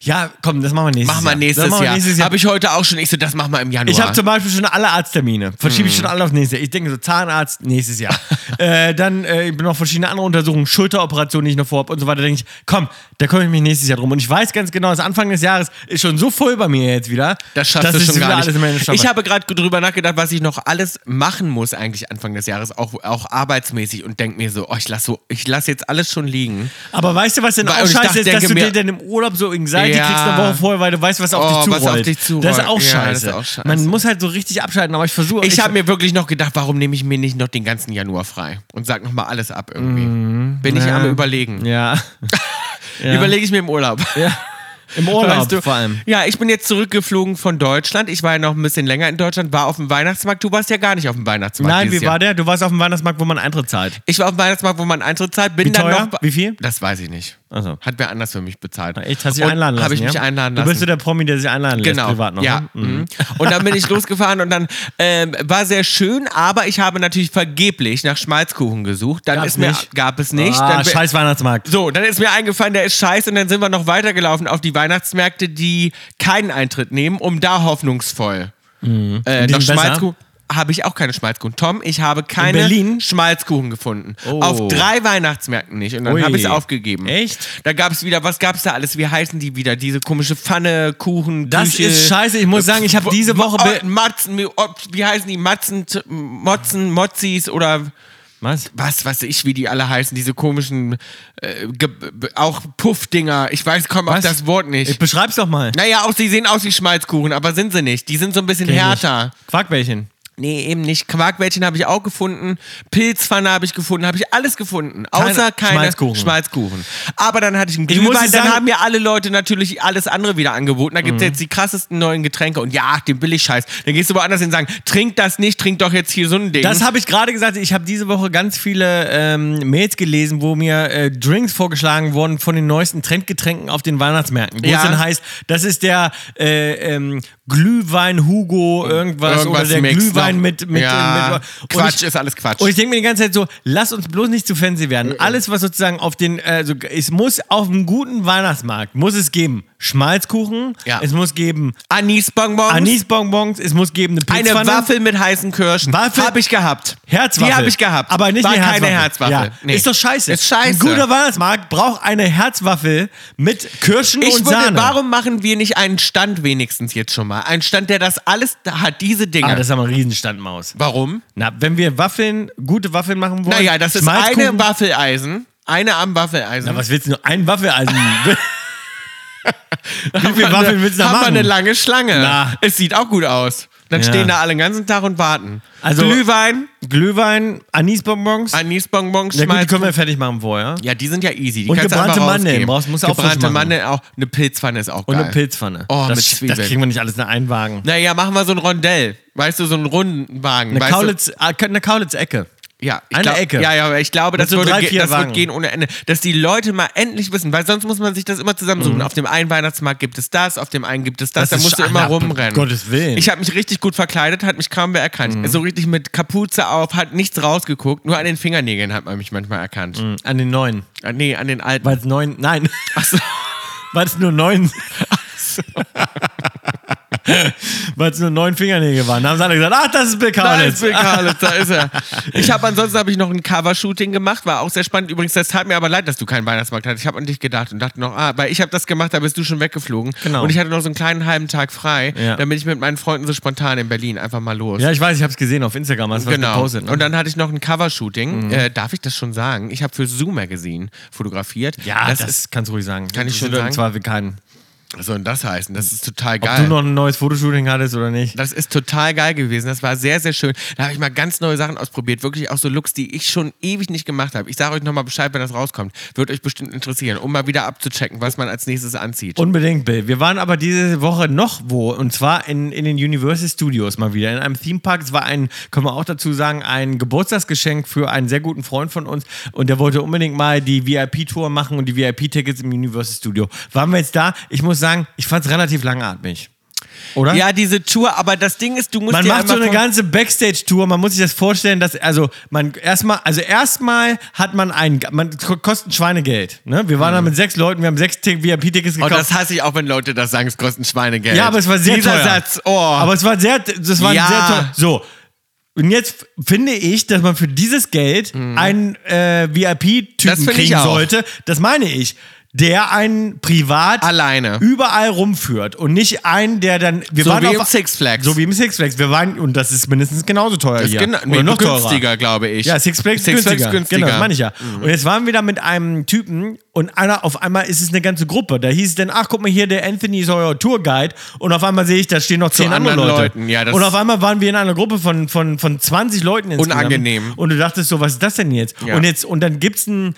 ja, komm, das machen wir nächstes
Mach
Jahr.
mal nächstes
das machen wir
Jahr.
nächstes Jahr.
Habe ich heute auch schon. Ich so, das machen wir im Januar.
Ich habe zum Beispiel schon alle Arzttermine. Verschiebe ich
Hm.
schon alle auf nächstes Jahr. Ich denke so, Zahnarzt nächstes
[LAUGHS]
Jahr. äh, dann äh, ich bin noch verschiedene andere Untersuchungen, Schulteroperationen, die ich noch vorhab und so weiter. denke ich, komm, da kümmere ich mich nächstes Jahr drum. Und ich weiß ganz genau, das Anfang des Jahres ist schon so voll bei mir jetzt wieder.
das schaffst
dass
du
ich
schon
wieder
gar
alles in meine
nicht.
Schaffe.
Ich habe gerade drüber nachgedacht, was ich noch alles machen muss eigentlich Anfang des Jahres, auch, auch arbeitsmäßig und denke mir so, oh, ich lasse so, ich lass jetzt alles schon liegen.
Aber weißt du, was denn
Weil-
auch
und ich
scheiße
dachte,
ist, dass
denke
du
mir-
dir dann im Urlaub so Anxiety
Ja.
kriegst eine Woche vorher, weil du weißt, was
Oh,
auf, dich,
was auf
zurollt.
dich zurollt.
Das ist auch
Ja,
scheiße.
das ist auch scheiße.
Man muss halt so richtig abschalten, aber ich versuche.
Ich habe mir wirklich noch gedacht, warum nehme ich mir nicht noch den ganzen Januar frei und sag nochmal alles ab irgendwie. Bin ich
Mhm. Ja.
am überlegen.
[LAUGHS] Ja. Ja.
Überlege ich mir im Urlaub.
Im
[LAUGHS]
Urlaub
Weißt du?
vor allem.
Ja, ich bin jetzt zurückgeflogen von Deutschland. Ich war ja noch ein bisschen länger in Deutschland, war auf dem Weihnachtsmarkt. Du warst ja gar nicht auf dem Weihnachtsmarkt.
Nein,
dieses
wie
Jahr.
war der? Du warst auf dem Weihnachtsmarkt, wo man Eintritt zahlt.
Ich war auf dem Weihnachtsmarkt, wo man Eintritt zahlt. Bin
Wie
dann
teuer?
noch.
Wie viel?
Das weiß ich nicht.
Also.
Hat wer anders für mich bezahlt.
Echt, hast du dich
Und
einladen lassen?
Habe ich mich
ja?
einladen
Du
lassen.
bist so der Promi, der sich einladen lässt, privat noch.
ja.
ne?
mhm. Und dann bin
[LAUGHS]
ich losgefahren und dann ähm, war sehr schön, aber ich habe natürlich vergeblich nach Schmalzkuchen gesucht. Dann
Gab's
ist mir
nicht?
gab es nicht.
Ah,
dann, bin-
scheiß Weihnachtsmarkt.
So, dann ist mir eingefallen, der ist scheiße und dann sind wir noch weitergelaufen auf die Weihnachtsmärkte, die keinen Eintritt nehmen, um da hoffnungsvoll. Äh, nach
die sind Mhm. besser?
Schmalzkuchen habe ich auch keine Schmalzkuchen. Tom, ich habe keine
Berlin?
Schmalzkuchen gefunden.
Oh.
Auf drei Weihnachtsmärkten nicht und dann
Ui.
habe ich es aufgegeben.
Echt?
Da gab es wieder, was gab es da alles? Wie heißen die wieder? Diese komische Pfanne, Kuchen,
Das
Küche.
ist scheiße. Ich muss sagen, ich habe diese Woche.
Oh,
Be
Matzen, wie- ob- wie heißen die? Matzen, T- Motzen, Motzis oder
Was?
was weiß ich, wie die alle heißen, diese komischen, äh, ge- b- auch Puffdinger. Ich weiß, komm auf
Was?
das Wort
Ich
nicht.
beschreib's doch mal.
Naja, auch sie sehen aus wie Schmalzkuchen, aber sind sie nicht. Die sind so ein bisschen härter.
Quarkbällchen.
Nee, eben nicht. Quarkbällchen habe ich auch gefunden. Pilzpfanne habe ich gefunden. Habe ich alles gefunden. Außer keine
Schmalzkuchen.
Schmalzkuchen. Aber dann hatte ich einen
Ich muss
Glühwein. Dann
dir sagen- Mhm.
haben mir alle Leute natürlich alles andere wieder angeboten. Da gibt es jetzt die krassesten neuen Getränke. Und ja, den Billigscheiß. Dann gehst du woanders hin und sagen, trink das nicht, trink doch jetzt hier so ein Ding.
Das habe ich gerade gesagt. Ich habe diese Woche ganz viele ähm, Mails gelesen, wo mir äh, Drinks vorgeschlagen wurden von den neuesten Trendgetränken auf den Weihnachtsmärkten. Wo
Ja.
es dann heißt, das ist der äh, ähm, Glühwein Hugo irgendwas, oder der
mixt
Glühwein
noch.
mit, mit,
ja,
mit und
Quatsch,
ich-
ist alles Quatsch.
Und ich denke mir die ganze Zeit so, lass uns bloß nicht zu fancy werden.
Äh,
Alles, was sozusagen auf den, also es muss auf einem guten Weihnachtsmarkt, muss es geben Schmalzkuchen,
Ja.
es muss geben
Anisbonbons.
Anisbonbons, es muss geben eine
eine
Pilzpfanne.
Waffel mit heißen Kirschen.
ne? Waffel-
Habe ich gehabt.
Herzwaffel.
Die habe ich gehabt.
Aber nicht
War
eine Herzwaffel.
keine Herzwaffel.
Ja.
Nee.
Ist doch scheiße.
Ist scheiße.
Ein guter Weihnachtsmarkt braucht eine Herzwaffel mit Kirschen
ich
und
würde,
Sahne.
warum machen wir nicht einen Stand wenigstens jetzt schon mal? Einen Stand, der das alles hat, diese Dinge.
Ah, das ist aber ein Riesenstandmaus.
warum?
Na, wenn wir Waffeln, gute Waffeln machen wollen.
Naja, das ist
Schmalzkuchen-
eine Waffeleisen. Eine am Waffeleisen.
Na, was willst du nur? Ein
[LAUGHS]
Waffeleisen. Wie viele Waffeln willst du da
Haben wir
machen?
eine lange Schlange.
Na.
Es sieht auch gut aus. Dann
Ja.
stehen da alle den ganzen Tag und warten.
Also-
Glühwein,
Glühwein, Anisbonbons.
Anisbonbons,
Na gut, die
Schmalz-
können wir fertig machen vorher.
Ja, die sind ja easy. Die
Und
kannst
gebrannte
du einfach
Mandeln
rausgeben.
brauchst- musst du auch frisch
Gebrannte
machen.
Mandeln auch. Eine Pilzpfanne ist auch
Und
geil.
eine Pilzpfanne.
Oh,
das,
mit Zwiebeln.
das kriegen wir nicht alles in einen Wagen.
Naja, machen wir so ein Rondell. Weißt du, so einen runden Wagen.
Eine
weißt
Kaulitz, ah, eine Kaulitz-Ecke.
du? Ja, ich
eine
glaub,
Ecke.
Ja, ja, aber ich glaube, das,
so
würde
drei,
ge-
vier
das wird
Wagen.
gehen ohne Ende. Dass die Leute mal endlich wissen, weil sonst muss man sich das immer zusammensuchen. Auf dem einen Weihnachtsmarkt gibt es das, auf dem einen gibt es das.
Mhm. Das
da
ist
musst du
schon-
immer
na,
rumrennen.
Gottes Willen. Mhm.
Ich habe mich richtig gut verkleidet, hat mich kaum wer erkannt. So richtig mit Kapuze auf, hat nichts rausgeguckt. Nur an den Fingernägeln hat man mich manchmal erkannt.
An den neuen.
Ah, Nee, an den alten.
Mhm. Weil es neun. Nein. [LAUGHS] Achso. Weil es nur neun. [LAUGHS] Weil es nur neun Fingernägel waren. Da haben sie alle gesagt, ach, das ist Bill
Da ist
Kaulitz.
Bill Kaulitz, da ist
[LAUGHS]
er. Ich habe ansonsten habe ich noch ein Covershooting gemacht, war auch sehr spannend. Übrigens, das tat mir aber leid, dass du keinen Weihnachtsmarkt hattest. Ich habe an dich gedacht und dachte noch, ah, weil ich habe das gemacht, da bist du schon weggeflogen.
Genau.
Und ich hatte noch so einen kleinen halben Tag frei.
Ja.
Dann bin ich mit meinen Freunden so spontan in Berlin einfach mal los.
Ja, ich weiß, ich habe es gesehen auf Instagram. Hast du was
Genau.
gepostet. Ne? Mhm.
Und dann hatte ich noch ein Covershooting. Äh, darf ich das schon sagen? Ich habe für Zoom Magazine fotografiert.
ja, das,
ist
kannst du ruhig sagen.
Kann ich schon
Das ist
sagen?
Im Zweifel keinen.
Was soll denn das heißen? Das ist total
Ob
geil.
du noch ein neues Fotoshooting hattest oder nicht.
Das ist total geil gewesen. Das war sehr, sehr schön. Da habe ich mal ganz neue Sachen ausprobiert. Wirklich auch so Looks, die ich schon ewig nicht gemacht habe. Ich sage euch nochmal Bescheid, wenn das rauskommt. Wird euch bestimmt interessieren, um mal wieder abzuchecken, was man als nächstes anzieht.
Unbedingt, Bill. Wir waren aber diese Woche noch wo, und zwar in, in den Universal Studios mal wieder, in einem Themepark. Es war ein, können wir auch dazu sagen, ein Geburtstagsgeschenk für einen sehr guten Freund von uns und der wollte unbedingt mal die VIP-Tour machen und die VIP-Tickets im Universal Studio. Waren wir jetzt da? Ich muss sagen, ich fand es relativ langatmig. Oder?
ja, diese Tour, aber das Ding ist, du musst
Man
dir
macht so
einmal
eine
von-
ganze Backstage-Tour. Man muss sich das vorstellen, dass also man erstmal, also erstmal hat man ein, man kostet Schweinegeld. Ne? Wir waren da mit sechs Leuten, wir haben sechs
Und
VIP-Tickets gekauft.
Mhm. Oh, das hasse ich auch, wenn Leute das sagen, es kostet ein Schweinegeld.
Ja, aber es war sehr
Dieser
teuer.
Satz, oh.
Aber es war sehr, das war
Ja.
sehr teuer. So. Und jetzt finde ich, dass man für dieses Geld einen äh,
Mhm. Das
VIP-Typen
finde ich
kriegen
auch.
sollte. Das meine ich. Der einen privat
Alleine.
überall rumführt und nicht einen, der dann. Wir
so
waren
wie
auf,
im Six Flags.
So wie im Six Flags. Wir waren, und das ist mindestens genauso teuer
das
hier.
genau,
Oder
nee,
noch teurer.
günstiger, glaube ich.
Ja, Six Flags
Six
günstiger.
Flags günstiger. Mhm.
Genau, das meine ich ja. Und jetzt waren wir da mit einem Typen und einer, auf einmal ist es eine ganze Gruppe. Da hieß es dann, ach guck mal hier, der Anthony ist euer Tourguide. Und auf einmal sehe ich, da stehen noch zehn andere
anderen
Leute.
Leuten, ja, das-
und auf einmal waren wir in einer Gruppe von, von, von 20 Leuten insgesamt.
Unangenehm.
Und du dachtest so, was ist das denn jetzt?
Ja.
Und jetzt, und dann gibt es einen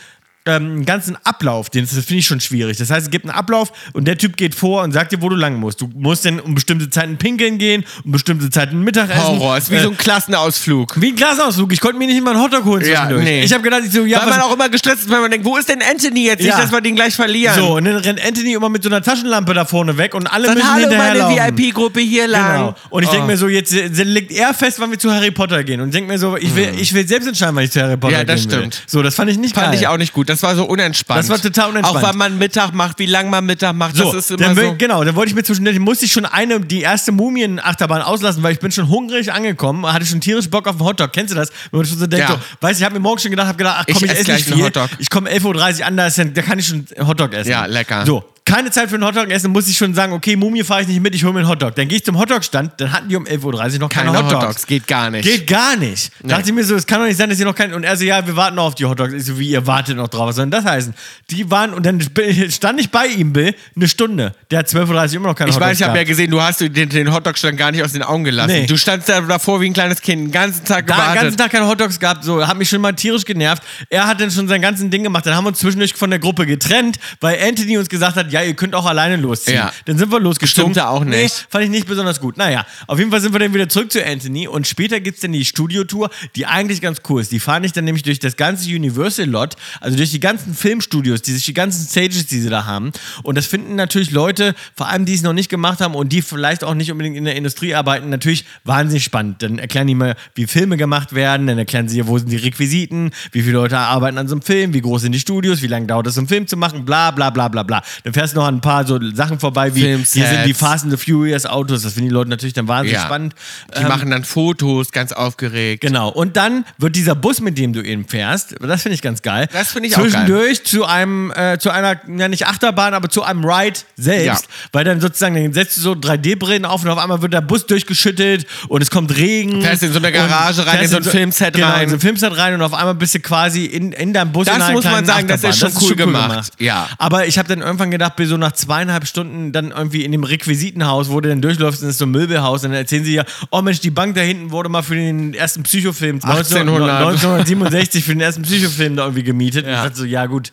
ähm, einen ganzen Ablauf, den das finde ich schon schwierig. Das heißt, es gibt einen Ablauf und der Typ geht vor und sagt dir, wo du lang musst. Du musst dann um bestimmte Zeiten pinkeln gehen, um bestimmte Zeiten Mittagessen.
Horror, ist wie
Äh,
so ein Klassenausflug.
wie ein Glasausflug. Ich konnte mir nicht mal einen Hotdog holen
Ja,
zwischendurch.
nee.
Ich habe gedacht, ich so, ja,
weil man auch immer gestresst ist, weil man denkt, wo ist denn Anthony jetzt?
Ja.
Nicht, dass wir den gleich verlieren.
so, und dann rennt Anthony immer mit so einer Taschenlampe da vorne weg und alle
Dann
müssen
hallo meine
hinterherlaufen.
VIP-Gruppe hier lang.
Genau. Und ich denke
Oh.
mir so, jetzt äh, legt er fest, wann wir zu Harry Potter gehen. Und denke mir so, ich will, ich will selbst entscheiden, wann ich zu Harry Potter
Mhm. Ja,
gehen
das
will.
stimmt.
So, das fand ich nicht
Oh, Fand
geil.
ich auch nicht gut. Das war so unentspannt.
Das war total unentspannt.
Auch weil man Mittag macht, wie lange man Mittag macht.
So,
das ist
dann
immer
will,
so.
Genau, dann wollte ich mir zwischendurch, musste ich schon eine, die erste Mumien-Achterbahn auslassen, weil ich bin schon hungrig angekommen, hatte schon tierisch Bock auf einen Hotdog. Kennst du das? Wenn man schon so denkt,
Ja.
so, weißt du, ich habe mir morgen schon gedacht, habe gedacht, ach komm,
Ich
ich,
esse
esse nicht
gleich einen
viel.
Hotdog.
Ich komme 11.30 Uhr an, da, ist dann, da kann ich schon einen Hotdog essen.
Ja, lecker.
So. Keine Zeit für einen Hotdog essen, muss ich schon sagen, okay, Mumie fahre ich nicht mit, ich hole mir einen Hotdog. Dann gehe ich zum Hotdogstand, dann hatten die um 11.30 Uhr noch keine,
Keine
Hotdogs.
Hotdogs, geht gar nicht.
Geht gar nicht. Dachte ich mir so, es kann doch nicht sein, dass ihr noch keinen. Und er so, ja, wir warten noch auf die Hotdogs. Ich so, wie ihr wartet noch drauf. Was soll denn das heißen? Die waren, und dann sp- [LAUGHS] stand ich bei ihm, Bill, eine Stunde. Der hat 12.30 Uhr immer noch keine
ich
Hotdogs.
weiß, ich habe ja
gehabt.
gesehen, du hast den, den Hotdog-Stand gar nicht aus den Augen gelassen.
Nee.
Du standst da davor wie ein kleines Kind, den ganzen Tag
da den
gewartet.
ganzen Tag keine Hotdogs gehabt, so, hat mich schon mal tierisch genervt. Er hat dann schon sein ganzen Ding gemacht. Dann haben wir uns zwischendurch von der Gruppe getrennt, weil Anthony uns gesagt hat, ja, ihr könnt auch alleine losziehen.
Ja.
Dann sind wir losgezogen.
Stimmte auch nicht.
Nee, fand ich nicht besonders gut. Naja, auf jeden Fall sind wir dann wieder zurück zu Anthony und später gibt es dann die Studiotour, die eigentlich ganz cool ist. Die fahre ich dann nämlich durch das ganze Universal-Lot, also durch die ganzen Filmstudios, die, sich- die ganzen Stages, die sie da haben. Und das finden natürlich Leute, vor allem die es noch nicht gemacht haben und die vielleicht auch nicht unbedingt in der Industrie arbeiten, natürlich wahnsinnig spannend. Dann erklären die mal, wie Filme gemacht werden, dann erklären sie dir, wo sind die Requisiten, wie viele Leute arbeiten an so einem Film, wie groß sind die Studios, wie lange dauert es, so einen Film zu machen, bla bla bla bla bla. Dann fährst du noch an ein paar so Sachen vorbei, wie hier
Filmsets.
sind die Fast and the Furious Autos. Das finden die Leute natürlich dann wahnsinnig
Ja.
spannend.
Die
ähm,
machen dann Fotos, ganz aufgeregt.
Genau. Und dann wird dieser Bus, mit dem du eben fährst, das finde ich ganz geil.
Das finde ich auch
Zwischendurch zu einem, äh, zu einer, ja nicht Achterbahn, aber zu einem Ride selbst.
Ja.
Weil dann sozusagen, dann setzt du so 3D-Brillen auf und auf einmal wird der Bus durchgeschüttet und es kommt Regen.
Fährst in so eine
Und
Garage rein,
fährst
in so ein Filmset
genau,
rein.
In so ein Filmset rein und auf einmal bist du quasi in, in deinem Bus
Das
in einer
muss man
kleinen
sagen, das
Achterbahn.
ist schon cool gemacht. Ja.
Aber ich habe dann irgendwann gedacht, bis so nach zweieinhalb Stunden dann irgendwie in dem Requisitenhaus, wo du dann durchläufst, und ist so ein Möbelhaus und dann erzählen sie ja, oh Mensch, die Bank da hinten wurde mal für den ersten Psychofilm
1800.
1967 für den ersten Psychofilm da irgendwie gemietet. Und ich
Ja.
dachte so, ja gut,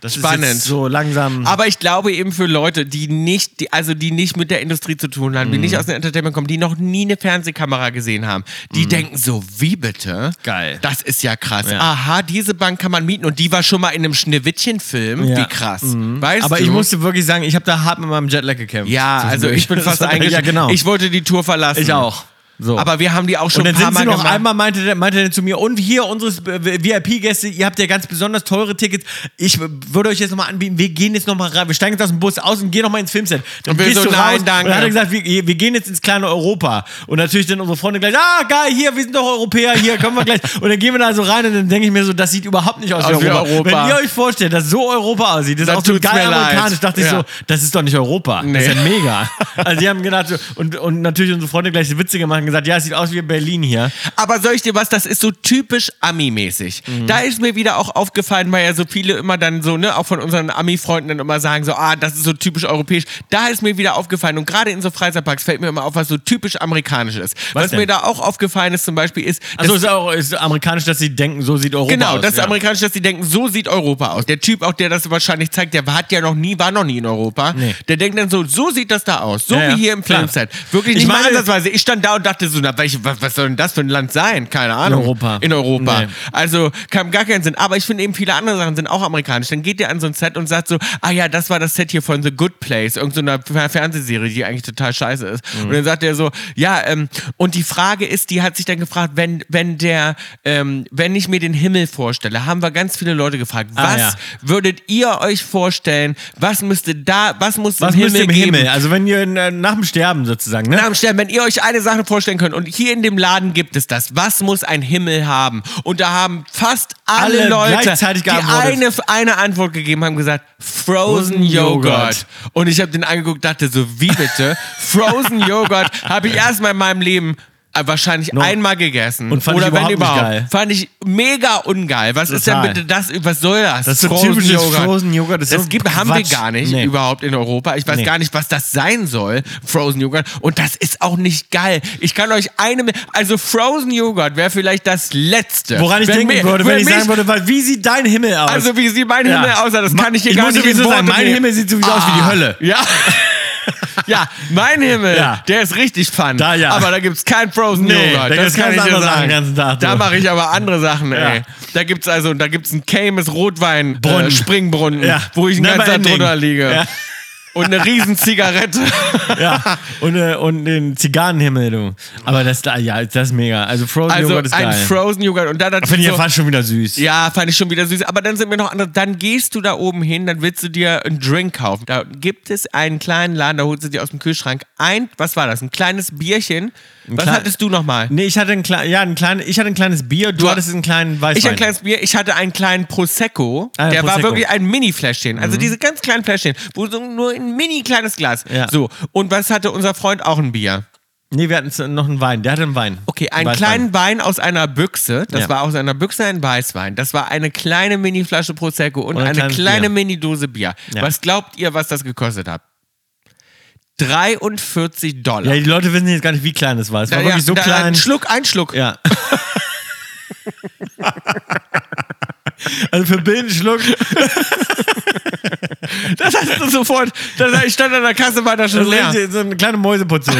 das
Spannend.
ist jetzt so langsam.
Aber ich glaube eben für Leute, die nicht, die, also die nicht mit der Industrie zu tun haben, die
Mhm.
nicht aus dem Entertainment kommen, die noch nie eine Fernsehkamera gesehen haben, die denken so, wie bitte?
Mhm. Geil.
Das ist ja krass.
Ja.
Aha, diese Bank kann man mieten und die war schon mal in einem Schneewittchen-Film.
Ja. Mhm.
Wie krass. Weißt
aber
du?
ich musste wirklich sagen, ich habe da hart mit meinem Jetlag gekämpft.
ja, also ich
[LAUGHS]
bin fast eingeschlafen.
Ja, genau.
Ich wollte die Tour verlassen.
Ich auch. So.
Aber wir haben die auch schon
Und dann
ein paar
sind sie
Mal
noch
gemacht.
einmal, meinte, der- meinte er zu mir, und hier äh, unsere VIP-Gäste, ihr habt ja ganz besonders teure Tickets. Ich w- würde euch jetzt nochmal anbieten, wir gehen jetzt nochmal rein, wir steigen jetzt aus dem Bus aus und gehen nochmal ins Filmset. Dann
Und wir so, nein, danke.
Und dann hat er gesagt, wir, wir gehen jetzt ins kleine Europa. Und natürlich dann unsere Freunde gleich, ah geil, hier, wir sind doch Europäer, hier, kommen wir gleich.
[LAUGHS]
Und dann gehen wir da so rein und dann denke ich mir so, das sieht überhaupt nicht aus wie
Aus wie
Europa.
Europa.
Wenn ihr euch vorstellt, dass so Europa aussieht, das ist
Dann
auch so
tut's
geil
mir leid.
amerikanisch, dachte ich
Ja.
so, das ist doch nicht Europa. Das ist ja
Nee.
mega. Also die haben gedacht, so- und, und natürlich unsere Freunde gleich Witze gemacht und gesagt, ja, es sieht aus wie Berlin hier.
Aber soll ich dir was, das ist so typisch Ami-mäßig. Da ist mir wieder auch aufgefallen, weil ja so viele immer dann so, ne, auch von unseren Ami-Freunden dann immer sagen so, ah, das ist so typisch europäisch. Da ist mir wieder aufgefallen und gerade in so Freizeitparks fällt mir immer auf, was so typisch amerikanisch ist. Was,
denn?
mir da auch aufgefallen ist zum Beispiel ist, dass
Also ist, auch, ist amerikanisch, dass sie denken, so sieht Europa aus.
Genau, das ist
ja.
amerikanisch, dass die denken, so sieht Europa aus. Der Typ, auch der das wahrscheinlich zeigt, der hat ja noch nie, war noch nie in Europa.
Nee.
Der denkt dann so, so sieht das da aus, so
Ja, ja,
wie hier im
klar.
Filmset. Wirklich
Ich
nicht mal
meine-
ansatzweise. Ich stand da und dachte so, na, welch- was, was soll denn das für ein Land sein? Keine Ahnung.
Europa.
In Europa.
Nee.
Also kam gar keinen Sinn. Aber ich finde eben viele andere Sachen sind auch amerikanisch. Dann geht ihr an so ein Set und sagt so, ah ja, das war das Set hier von The Good Place, irgendeiner so einer Fernsehserie, die eigentlich total scheiße ist.
Mhm.
Und dann sagt er so, ja, ähm, und die Frage ist, die hat sich dann gefragt, wenn, wenn der, ähm, wenn ich mir den Himmel vorstelle, haben wir ganz viele Leute gefragt,
Ah,
was
ja.
würdet ihr euch vorstellen, was müsste da, was muss
Was
im
müsst
Himmel
ihr im
geben?
Himmel? Also wenn ihr äh, nach dem Sterben sozusagen, ne?
Nach dem Sterben, wenn ihr euch eine Sache vorstellen könnt und hier in dem Laden gibt es das, was muss ein Himmel haben? Und da haben fast alle,
Alle
Leute,
gleichzeitig
die eine,
geantwortet.
eine Antwort gegeben haben, gesagt, Frozen
Frozen
Joghurt.
Joghurt.
Und ich habe den angeguckt, dachte so, wie bitte? Frozen
[LAUGHS]
Joghurt habe ich erstmal in meinem Leben äh, wahrscheinlich einmal gegessen
Und fand ich
oder wenn
überhaupt nicht
überhaupt
geil.
fand ich mega ungeil was ist denn
Total.
bitte das was soll das
Das ist so typisches Frozen Joghurt, das
das
ist so
gibt haben wir
Quatsch.
gar nicht
Nee.
überhaupt in Europa ich weiß
Nee.
gar nicht was das sein soll Frozen Joghurt und das ist auch nicht geil ich kann euch eine also Frozen Joghurt wäre vielleicht das letzte
Woran ich
Wenn
denken
mir-
würde, wenn ich
mich-
sagen würde, weil, wie sieht dein Himmel aus?
also wie sieht mein
Ja.
Himmel aus das
Ma-
kann ich hier
ich
gar
muss
nicht in
sowieso sagen,
Worte
mein
nehmen. Ah.
Himmel sieht sowieso aus wie die Hölle.
ja [LAUGHS] ja mein Himmel
Ja.
der ist richtig fun
Da ja.
aber da gibt's kein Frozen
Nee,
Joghurt
da
das
gibt's
kann
ganz
ich dir
andere Sachen
sagen
den ganzen Tag,
da
du.
mache ich aber andere Sachen ey
Ja.
da gibt's also da gibt's ein Kämes Rotwein äh,
Brunnen.
Springbrunnen wo ich den
Never
ganzen Tag
ending.
drunter liege
Ja,
und eine riesen Zigarette.
[LAUGHS] ja. Und, äh, und den Zigarrenhimmel, du. Aber das, da- ja, das ist mega. Also Frozen
Also
Joghurt ist
ein
geil.
Frozen Joghurt und dann dazu
Finde ich ja
so,
fast schon wieder süß.
ja, fand ich schon wieder süß. Aber dann sind mir noch andere. Dann gehst du da oben hin, dann willst du dir einen Drink kaufen. Da gibt es einen kleinen Laden, da holst du dir aus dem Kühlschrank ein, was war das? Ein kleines Bierchen. was
klein-
hattest du nochmal?
Nee, ich hatte ein, klei- ja, ein, klein, ich hatte ein kleines Bier, du,
Du-
hattest einen kleinen Weißwein.
Ich hatte ein kleines Bier, ich hatte einen kleinen Prosecco.
Ah, ja,
der war
Prosecco. Mhm.
wirklich ein Mini-Fläschchen. Also diese ganz kleinen Fläschchen, wo so nur ein mini kleines Glas.
Ja.
So. Und was hatte unser Freund auch ein Bier?
Nee, wir hatten z- noch einen Wein. Der hatte einen Wein.
Okay, einen
Weißwein.
kleinen Wein aus einer Büchse. Das
Ja.
war aus einer Büchse ein Weißwein. Das war eine kleine Mini-Flasche Prosecco und,
ein
eine
kleines
kleine
Bier.
Mini-Dose Bier.
Ja.
Was glaubt ihr, was das gekostet hat? 43 Dollar.
Ja, die Leute wissen jetzt gar nicht, wie klein es war. Es war
Da-
wirklich so
da-
klein.
Ein Schluck, ein Schluck.
Ja. also für Bild einen Schluck.
Das hast du sofort. Das, ich stand an der Kasse, war da schon
Das
leer.
ist so eine
[LAUGHS]
kleine Mäuseportion.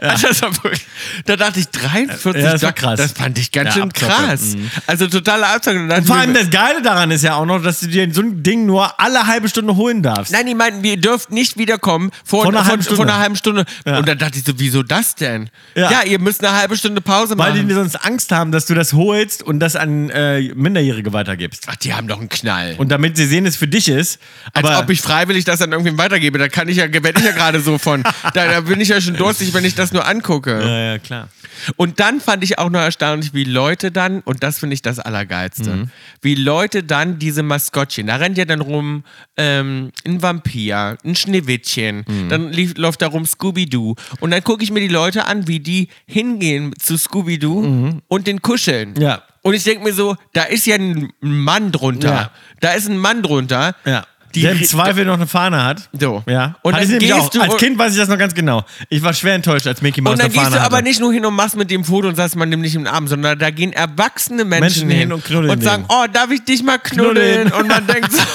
Das war wirklich, da dachte ich, 43
Ja, das
Dollar.
war krass.
Das fand ich ganz
Ja,
schön
Abzocke. Mhm.
krass. Also totale Abzocke. Und dann
Vor allem das Geile daran ist ja auch noch, dass du dir so ein Ding nur alle halbe Stunde holen darfst.
Nein, die meinten, wir dürft nicht wiederkommen vor,
Vor einer
von,
halben Stunde.
von einer halben Stunde.
Ja.
Und dann dachte ich so, wieso das denn? Ja,
Ja.
ihr müsst eine halbe Stunde Pause
Weil
machen.
die sonst Angst haben, dass du das holst und das an äh, Minderjährige weitergibst.
Ach, die haben doch einen Knall.
Und damit sie sehen, dass es für dich ist. Aber
Als ob ich freiwillig das an irgendwen weitergebe. Da kann ich ja, werde ich ja gerade so
[LAUGHS]
von. Da, da bin ich ja schon durstig, wenn ich das nur angucke.
ja, ja, klar.
Und dann fand ich auch noch erstaunlich, wie Leute dann, und das finde ich das Allergeilste,
Mhm.
wie Leute dann diese Maskottchen, da rennt ja dann rum ähm, ein Vampir, ein Schneewittchen,
Mhm.
dann lief, läuft da rum Scooby-Doo. Und dann gucke ich mir die Leute an, wie die hingehen zu Scooby-Doo und den kuscheln.
Mhm. Ja.
Und ich denke mir so, da ist ja ein Mann drunter.
Ja.
Da ist ein Mann drunter.
Ja.
Die-
der im Zweifel noch eine Fahne hat.
So.
Ja.
Und
Hatte ich
dann
nämlich
gehst
auch.
du-
Als Kind weiß ich das noch ganz genau. Ich war schwer enttäuscht, als Mickey Mouse
Und dann
eine Fahne
gehst du aber
hatte.
nicht nur hin und machst mit dem Foto und sagst, man nimmt nicht in den Arm, sondern da gehen erwachsene Menschen,
Menschen
hin,
hin und knuddeln den.
sagen, oh, darf ich dich mal knuddeln?
Knuddeln.
Und man denkt so,
[LAUGHS]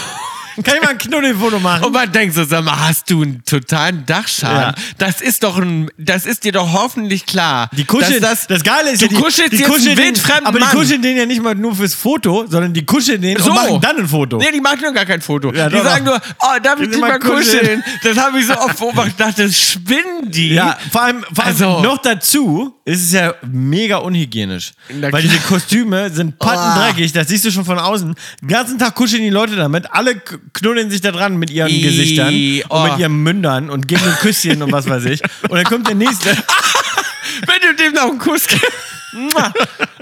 Kann ich mal ein Knuddelfoto machen?
und man denkt so, sag mal, hast du einen totalen Dachschaden?
Ja.
Das ist doch ein, das ist dir doch hoffentlich klar.
Die kuscheln,
dass
das, Geile ist
du
ja, die,
kuschelst
die
jetzt
kuscheln
einen wildfremden
den, aber die
Mann.
kuscheln den ja nicht mal nur fürs Foto, sondern die kuscheln den und machen dann ein Foto.
Nee, die machen nur gar kein Foto.
Ja,
die
doch,
sagen
doch.
nur, oh, darf ich
Können Sie
dich mal
mal
kuscheln?
kuscheln?
Das habe ich so oft beobachtet, dachte, spinnen die.
Ja, vor allem, vor allem
Hm? Also-
noch dazu ist es ja mega unhygienisch.
Na
Weil
klar.
diese Kostüme
[LAUGHS]
sind
Ah.
pattendreckig, das siehst du schon von außen. Den ganzen Tag kuscheln die Leute damit, alle k- knuddeln sich da dran mit ihren
Ih,
Gesichtern
oh.
und mit ihren Mündern
[LAUGHS]
und geben ein Küsschen und was weiß ich. Und dann kommt der nächste.
Wenn du dem noch einen Kuss gibst. Mua.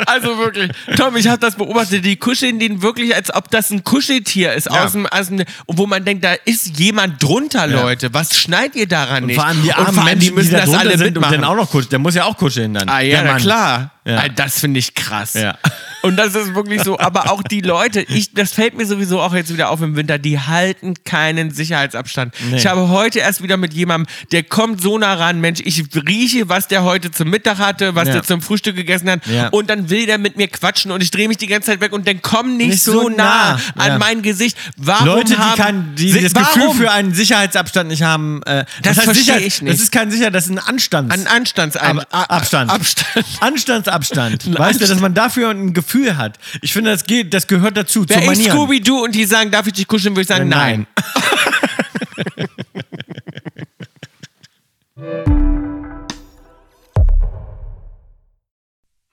Also wirklich, Tom, ich habe das beobachtet. Die kuscheln den wirklich, als ob das ein Kuscheltier ist.
Ja.
Aus dem, aus dem, und wo man denkt, da ist jemand drunter,
Ja.
Leute. Was schneidet ihr daran nicht?
Vor allem die
Und
armen
vor allem,
Menschen,
die müssen
da
das
drunter
alle
sind und
mitmachen.
dann auch noch kuscheln. Der muss ja auch kuscheln dann.
Ah ja,
Der
na
Mann.
klar.
Ja.
Ah, das finde ich krass.
Ja.
[LAUGHS] Und das ist wirklich so. Aber auch die Leute, ich, das fällt mir sowieso auch jetzt wieder auf im Winter, die halten keinen Sicherheitsabstand.
Nee.
Ich habe heute erst wieder mit jemandem, der kommt so nah ran, Mensch, ich rieche, was der heute zum Mittag hatte, was
Ja.
der zum Frühstück gegessen hat.
Ja.
Und dann will der mit mir quatschen und ich drehe mich die ganze Zeit weg und dann komm nicht,
Nicht
so
so
nah,
nah.
an
Ja.
mein Gesicht. Warum
Leute, die,
haben,
kein, die
Si-
das
warum?
Gefühl für einen Sicherheitsabstand nicht haben. Äh,
Das
heißt
verstehe
Sicherheit-
ich nicht.
Das ist kein Sicher, das ist ein Anstands.
an Anstands
Ab- Abstand.
ah, Abstand.
[LAUGHS] Anstandsabstand.
Ein
weißt du, dass man dafür ein Gefühl hat. Ich finde, das geht, das gehört dazu.
Wäre
zu
ich
Manieren. Äh,
Scooby-Doo und die sagen, darf ich dich kuscheln, würde ich sagen, nein.
Nein.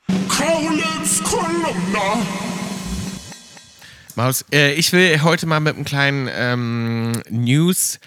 Kaulitz Kolumna.
Maus, äh, ich will heute mal mit einem kleinen ähm, News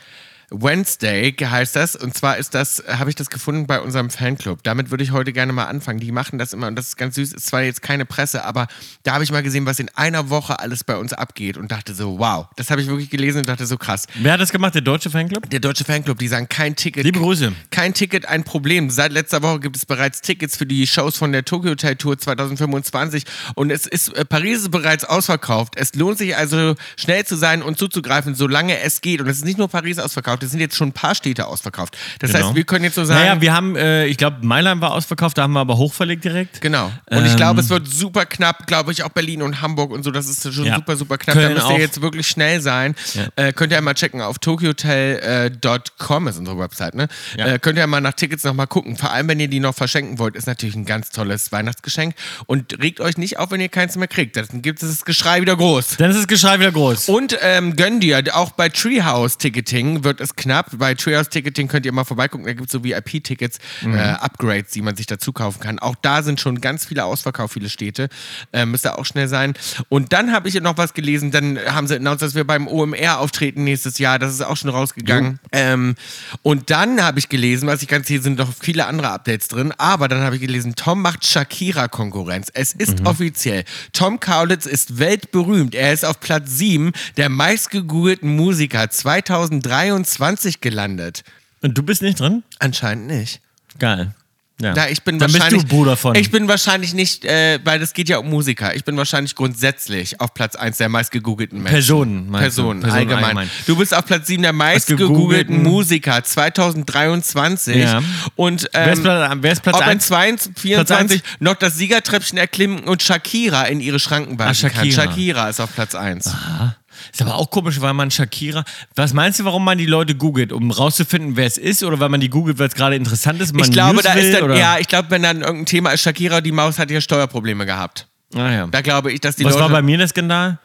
Wednesday heißt das. Und zwar ist das, äh, habe ich das gefunden bei unserem Fanclub. Damit würde ich heute gerne mal anfangen. Die machen das immer und das ist ganz süß. Ist zwar jetzt keine Presse, aber da habe ich mal gesehen, was in einer Woche alles bei uns abgeht und dachte so, wow. Das habe ich wirklich gelesen und dachte so krass.
Wer hat das gemacht? Der deutsche Fanclub?
Der deutsche Fanclub, die sagen kein Ticket.
Liebe Grüße.
Kein Ticket, ein Problem. Seit letzter Woche gibt es bereits Tickets für die Shows von der Tokyo Hotel Tour 2025 und es ist äh, Paris ist bereits ausverkauft. Es lohnt sich also schnell zu sein und zuzugreifen, solange es geht. Und es ist nicht nur Paris ausverkauft, es sind jetzt schon ein paar Städte ausverkauft. Das heißt, wir können jetzt so sagen.
Genau. Naja, wir haben, äh, ich glaube, Mailand war ausverkauft, da haben wir aber hochverlegt direkt.
Genau. Und ich glaube, es wird super knapp, glaube ich, auch Berlin und Hamburg und so, das ist schon
Ähm, Ja.
super, super knapp. da
Köln
müsst
auch.
ihr jetzt wirklich schnell sein. Äh, könnt ihr ja mal checken auf tokyotel.com ist unsere Website, ne?
Ja.
Äh, könnt ihr ja mal nach Tickets nochmal gucken. Vor allem, wenn ihr die noch verschenken wollt, ist natürlich ein ganz tolles Weihnachtsgeschenk. Und regt euch nicht auf, wenn ihr keins mehr kriegt. Dann gibt es das Geschrei wieder groß.
Dann ist das Geschrei wieder groß.
Und ähm, gönn dir, auch bei Treehouse Ticketing wird es knapp. Bei Treehouse Ticketing könnt ihr mal vorbeigucken, da gibt es so VIP-Tickets, äh, Upgrades, die man sich dazu kaufen kann. Auch da sind schon ganz viele ausverkauft, viele Städte. Äh, müsste auch schnell sein. Und dann habe ich noch was gelesen, dann haben sie announced, dass wir beim OMR auftreten nächstes Jahr. Das ist auch schon rausgegangen. Ähm, und dann habe ich gelesen, was ich ganz hier sind noch viele andere Updates drin, aber dann habe ich gelesen, Tom macht Shakira Konkurrenz. Es
Mhm.
ist offiziell. Tom Kaulitz ist weltberühmt. Er ist auf Platz 7 der meistgegoogelten Musiker 2023 gelandet.
Und du bist nicht drin?
Anscheinend nicht.
Geil. Ja.
Da ich bin
Dann bist
wahrscheinlich
du Bruder von.
Ich bin wahrscheinlich nicht, äh, weil es geht ja um Musiker. Ich bin wahrscheinlich grundsätzlich auf Platz 1 der meistgegoogelten Menschen.
Personen, meinst du?
Personen,
Personen
allgemein.
allgemein.
Du bist auf Platz 7 der meistgegoogelten
Meistgegoogelten-
Musiker 2023
Ja.
und
wer, ist
ähm,
Platz, wer ist Platz
ob in
1?
2024
Platz
noch das Siegertreppchen erklimmen und Shakira in ihre Schranken weisen
Ah,
kann.
Shakira.
Shakira ist auf Platz 1.
Ist aber auch komisch, weil man Shakira. Was meinst du, warum man die Leute googelt? Um rauszufinden, wer es ist? Oder weil man die googelt, weil es gerade interessant ist? Man
ich glaube,
News
da
will,
ist dann,
oder?
ja, ich glaube, wenn dann irgendein Thema ist, Shakira, die Maus hat ja Steuerprobleme gehabt.
Ah, ja.
Da glaube ich, dass die
Was war
Leute,
bei mir der Skandal?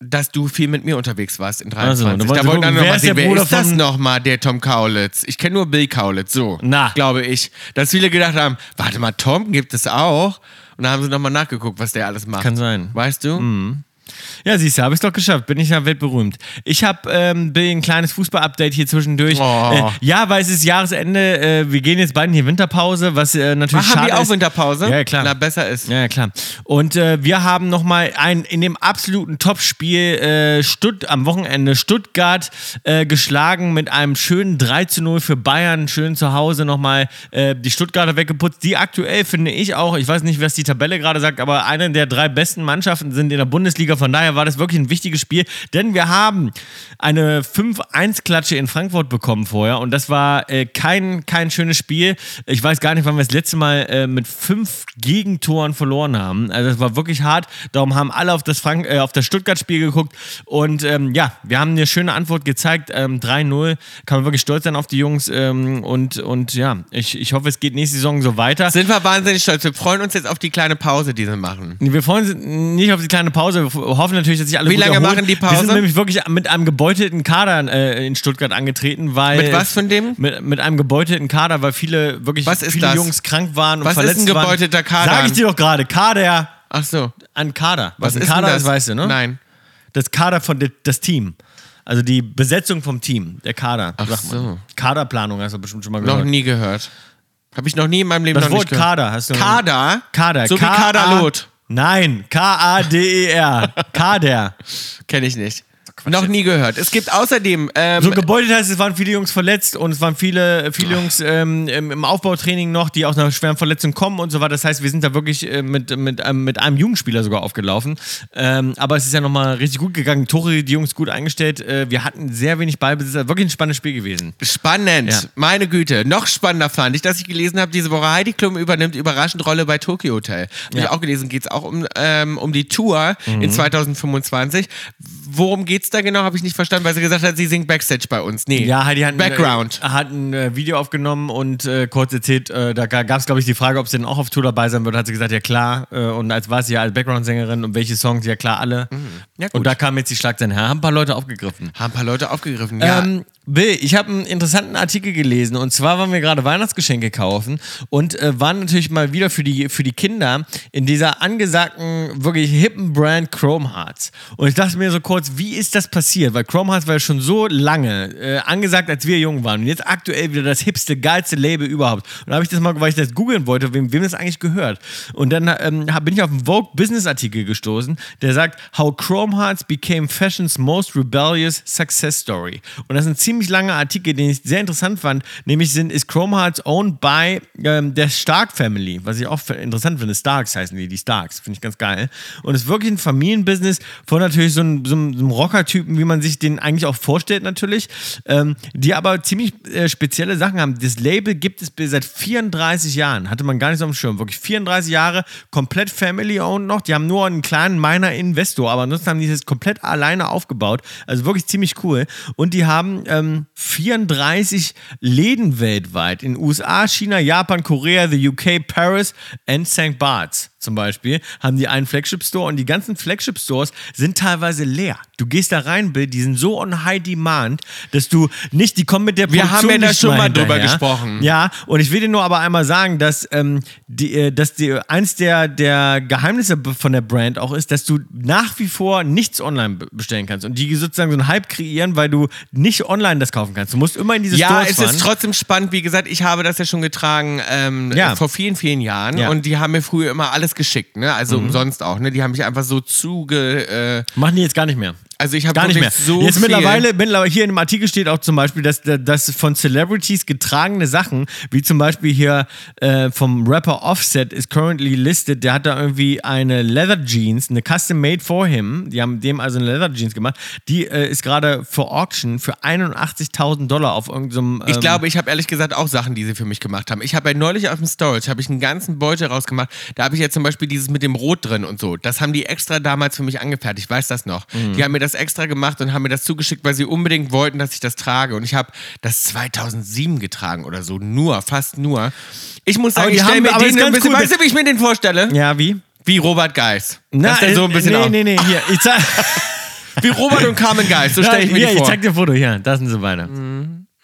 dass du viel mit mir unterwegs warst in
Also,
23.
da
da
wollen
wollte
sie
dann
gucken, wer
nochmal
ist
sehen,
der
wer
Bruder
ist das
von-
nochmal, der Tom Kaulitz? Ich kenne nur Bill Kaulitz, so.
Na.
Glaube ich. Dass viele gedacht haben, warte mal, Tom gibt es auch. Und da haben sie nochmal nachgeguckt, was der alles macht.
Kann sein. Hm.
Weißt du?
Ja, siehst du, habe ich doch geschafft. Bin ich ja weltberühmt. Ich habe ähm, Bill, ein kleines Fußball-Update hier zwischendurch.
Oh.
Äh, ja, weil es ist Jahresende. Äh, wir gehen jetzt beide in die Winterpause, was äh, natürlich
Ach, haben
schade
die auch
ist.
Winterpause?
Ja, klar.
Na, besser ist.
Ja, ja, klar. Und äh, wir haben nochmal ein in dem absoluten Topspiel äh, Stutt am Wochenende Stuttgart äh, geschlagen mit einem schönen 3 zu 0 für Bayern. Schön zu Hause nochmal äh, die Stuttgarter weggeputzt. Die aktuell finde ich auch, ich weiß nicht, was die Tabelle gerade sagt, aber eine der drei besten Mannschaften sind in der Bundesliga. Von daher war das wirklich ein wichtiges Spiel, denn wir haben eine 5-1-Klatsche in Frankfurt bekommen vorher und das war äh, kein, kein schönes Spiel. Ich weiß gar nicht, wann wir das letzte Mal äh, mit fünf Gegentoren verloren haben. Also das war wirklich hart. Darum haben alle auf das, Frank äh, auf das Stuttgart-Spiel geguckt und ähm, ja, wir haben eine schöne Antwort gezeigt. Ähm, 3-0, kann man wirklich stolz sein auf die Jungs ähm, und, und ja, ich, ich hoffe, es geht nächste Saison so weiter.
Sind wir wahnsinnig stolz. Wir freuen uns jetzt auf die kleine Pause, die sie machen.
Wir freuen uns nicht auf die kleine Pause. Wir f- hoffen natürlich, dass sich alle
Wie
gut
lange
erholen.
machen die
Wir sind
Pause?
nämlich wirklich mit einem gebeutelten Kader äh, in Stuttgart angetreten, weil
Mit was von dem?
Mit, mit einem gebeutelten Kader, weil viele wirklich
Was ist
viele
das?
Jungs krank waren und
Was ist
verletzt
ein gebeutelter
waren.
Kader?
Sag ich dir doch gerade, Kader
Ach so.
an Kader.
Was,
ein
ist
Kader
denn das?
ist, weißt du, ne?
Nein.
Das Kader von de, das Team. Also die Besetzung vom Team, der Kader.
Ach so.
Kaderplanung hast du bestimmt schon mal
Noch
gehört.
nie gehört. Habe ich noch nie in meinem Leben
Das
noch nicht
Wort
gehört.
Kader hast du.
Kader.
Kader.
So wie
K-A-
Kaderlot.
Nein,
[LAUGHS]
K-A-D-E-R. E Kader.
Kenne ich nicht. Noch nie gehört. Es gibt außerdem. Ähm,
So gebeutelt heißt, es waren viele Jungs verletzt und es waren viele, viele Jungs ähm, im im Aufbautraining noch, die aus einer schweren Verletzung kommen und so weiter. Das heißt, wir sind da wirklich äh, mit, mit, ähm, mit einem Jugendspieler sogar aufgelaufen. Ähm, aber es ist ja nochmal richtig gut gegangen. Tore, die Jungs gut eingestellt. Äh, wir hatten sehr wenig Ballbesitz. Also Wirklich ein spannendes Spiel gewesen.
Spannend,
Ja.
meine Güte. Noch spannender fand ich, dass ich gelesen habe, diese Woche Heidi Klum übernimmt überraschend Rolle bei Tokyo Hotel. Habe ich
Ja.
auch gelesen, geht es auch um, ähm, um die Tour in 2025. Worum geht es da genau, habe ich nicht verstanden, weil sie gesagt hat, sie singt Backstage bei uns. Nee,
Ja, Heidi hat, ein-
Background.
Äh, hat ein äh, Video aufgenommen und äh, kurz erzählt, äh, da gab es, glaube ich, die Frage, ob sie denn auch auf Tour dabei sein wird. Hat sie gesagt, ja klar. Äh, und als war sie ja als Background-Sängerin und welche Songs, Mhm. ja klar, alle.
Ja, gut.
und da kam jetzt die Schlagzeile. her. Haben ein paar Leute aufgegriffen.
Haben ein paar Leute aufgegriffen. Ja.
Ähm, Bill, ich habe einen interessanten Artikel gelesen und zwar waren wir gerade Weihnachtsgeschenke kaufen und äh, waren natürlich mal wieder für die, für die Kinder in dieser angesagten, wirklich hippen Brand Chrome Hearts. Und ich dachte mir so kurz, wie ist das passiert? Weil Chrome Hearts war ja schon so lange äh, angesagt, als wir jung waren und jetzt aktuell wieder das hipste, geilste Label überhaupt. Und da habe ich das mal, weil ich das googeln wollte, wem, wem das eigentlich gehört. Und dann ähm, hab- bin ich auf einen Vogue Business Artikel gestoßen, der sagt, How Chrome Hearts Became Fashion's Most Rebellious Success Story. Und das ist ein ziemlich langer Artikel, den ich sehr interessant fand. Nämlich sind, ist Chrome Hearts owned by ähm, der Stark Family, was ich auch f- interessant finde. Starks heißen die, die Starks. Finde ich ganz geil. Und es ist wirklich ein Familienbusiness von natürlich so einem, so einem, so einem Rocker-Typen, wie man sich den eigentlich auch vorstellt, natürlich. Ähm, die aber ziemlich äh, spezielle Sachen haben. Das Label gibt es bis seit 34 Jahren. Hatte man gar nicht so am Schirm. Wirklich 34 Jahre, komplett family-owned noch. Die haben nur einen kleinen Miner Investor, aber ansonsten haben die das komplett alleine aufgebaut. Also wirklich ziemlich cool. Und die haben ähm, 34 Läden weltweit. In USA, China, Japan, Korea, the UK, Paris and St. Barts zum Beispiel, haben die einen Flagship-Store und die ganzen Flagship-Stores sind teilweise leer. Du gehst da rein, Bill, die sind so on high demand, dass du nicht, die kommen mit der
Wir haben
Produktion
ja da
nicht
schon mal
hinterher.
drüber gesprochen.
Ja, und ich will dir nur aber einmal sagen, dass, ähm, die, äh, dass die, eins der, der Geheimnisse b- von der Brand auch ist, dass du nach wie vor nichts online be- bestellen kannst und die sozusagen so einen Hype kreieren, weil du nicht online das kaufen kannst. Du musst immer in diese
Ja,
Stores
es
fahren.
ist trotzdem spannend. Wie gesagt, ich habe das ja schon getragen ähm,
Ja.
äh, vor vielen, vielen Jahren.
Ja. Mhm.
Und die haben mir früher immer alles geschickt, ne? Also umsonst auch, ne? Die haben mich einfach so zuge. Äh,
Machen die jetzt gar nicht mehr.
also ich habe
Gar nicht mehr.
wirklich so
Jetzt
viel-
mittlerweile, mittlerweile, hier in dem Artikel steht auch zum Beispiel, dass, dass von Celebrities getragene Sachen, wie zum Beispiel hier äh, vom Rapper Offset is currently listed, der hat da irgendwie eine Leather Jeans, eine custom made for him, die haben dem also eine Leather Jeans gemacht, die äh, ist gerade for auction für 81.000 Dollar auf irgendeinem... ähm,
Ich glaube, ich habe ehrlich gesagt auch Sachen, die sie für mich gemacht haben. Ich habe ja neulich auf dem Storage habe ich einen ganzen Beutel rausgemacht. Da habe ich ja zum Beispiel dieses mit dem Rot drin und so. Das haben die extra damals für mich angefertigt. Ich weiß das noch.
Mhm.
Die haben mir das extra gemacht und haben mir das zugeschickt, weil sie unbedingt wollten, dass ich das trage. Und ich habe das 2007 getragen oder so. Nur, fast nur. Ich muss sagen,
Aber die
ich stelle
haben-
mir
aber
den
ist
ein
ganz
bisschen.
cool,
Weißt du, wie ich mir den vorstelle?
Ja, wie?
Wie Robert Geis.
Na, äh,
Dass der so ein bisschen
nee,
auch-
nee, nee, hier. Ich
[LAUGHS]
zeig,
Wie Robert und Carmen Geis. So stelle ich mir
[LAUGHS] ja,
die
ich
vor.
zeig dir ein Foto, hier, das sind so beide.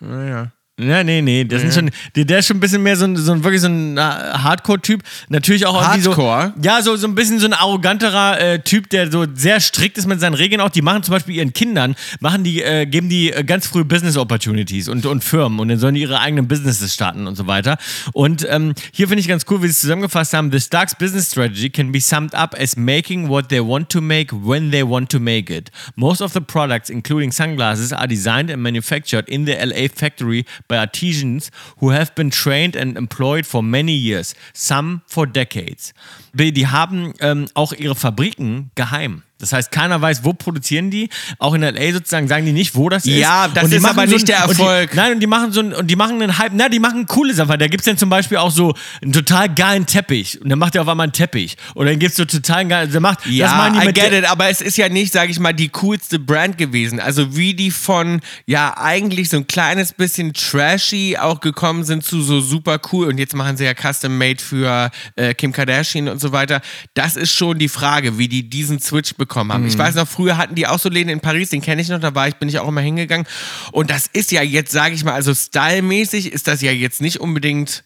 naja.
Ja, nee, nee, das sind schon, der, der ist schon ein bisschen mehr so ein, so ein wirklich so ein äh, Hardcore-Typ. Natürlich auch irgendwie
Hardcore?
so. Ja, so, so ein bisschen so ein arroganterer äh, Typ, der so sehr strikt ist mit seinen Regeln auch. Die machen zum Beispiel ihren Kindern, machen die, äh, geben die äh, ganz früh Business Opportunities und, und Firmen und dann sollen die ihre eigenen Businesses starten und so weiter. Und ähm, hier finde ich ganz cool, wie sie es zusammengefasst haben: The Starks Business Strategy can be summed up as making what they want to make when they want to make it. Most of the products, including sunglasses, are designed and manufactured in the LA factory by artisans who have been trained and employed for many years, some for decades. Die die haben ähm, auch ihre Fabriken geheim. Das heißt, keiner weiß, wo produzieren die. Auch in LA sozusagen sagen die nicht, wo das ist.
Ja, das
die
ist
machen
aber nicht
ein-
der Erfolg.
Und die, nein, und die machen so ein, und die machen einen Hype. Na, die machen coole Sachen. Da gibt es dann zum Beispiel auch so einen total geilen Teppich. Und dann macht er auf einmal einen Teppich. Und dann gibt es so total geilen. Also macht, das
Ja,
machen die
I
mit
get
der-
it, aber es ist ja nicht, sage ich mal, die coolste Brand gewesen. Also wie die von, ja, eigentlich so ein kleines bisschen trashy auch gekommen sind zu so super cool und jetzt machen sie ja Custom Made für äh, Kim Kardashian und so weiter. Das ist schon die Frage, wie die diesen Switch bekommen haben.
Mhm.
Ich weiß noch, früher hatten die auch so Läden in Paris, den kenne ich noch, da war ich, bin ich auch immer hingegangen. Und das ist ja jetzt, sage ich mal, also stylmäßig ist das ja jetzt nicht unbedingt...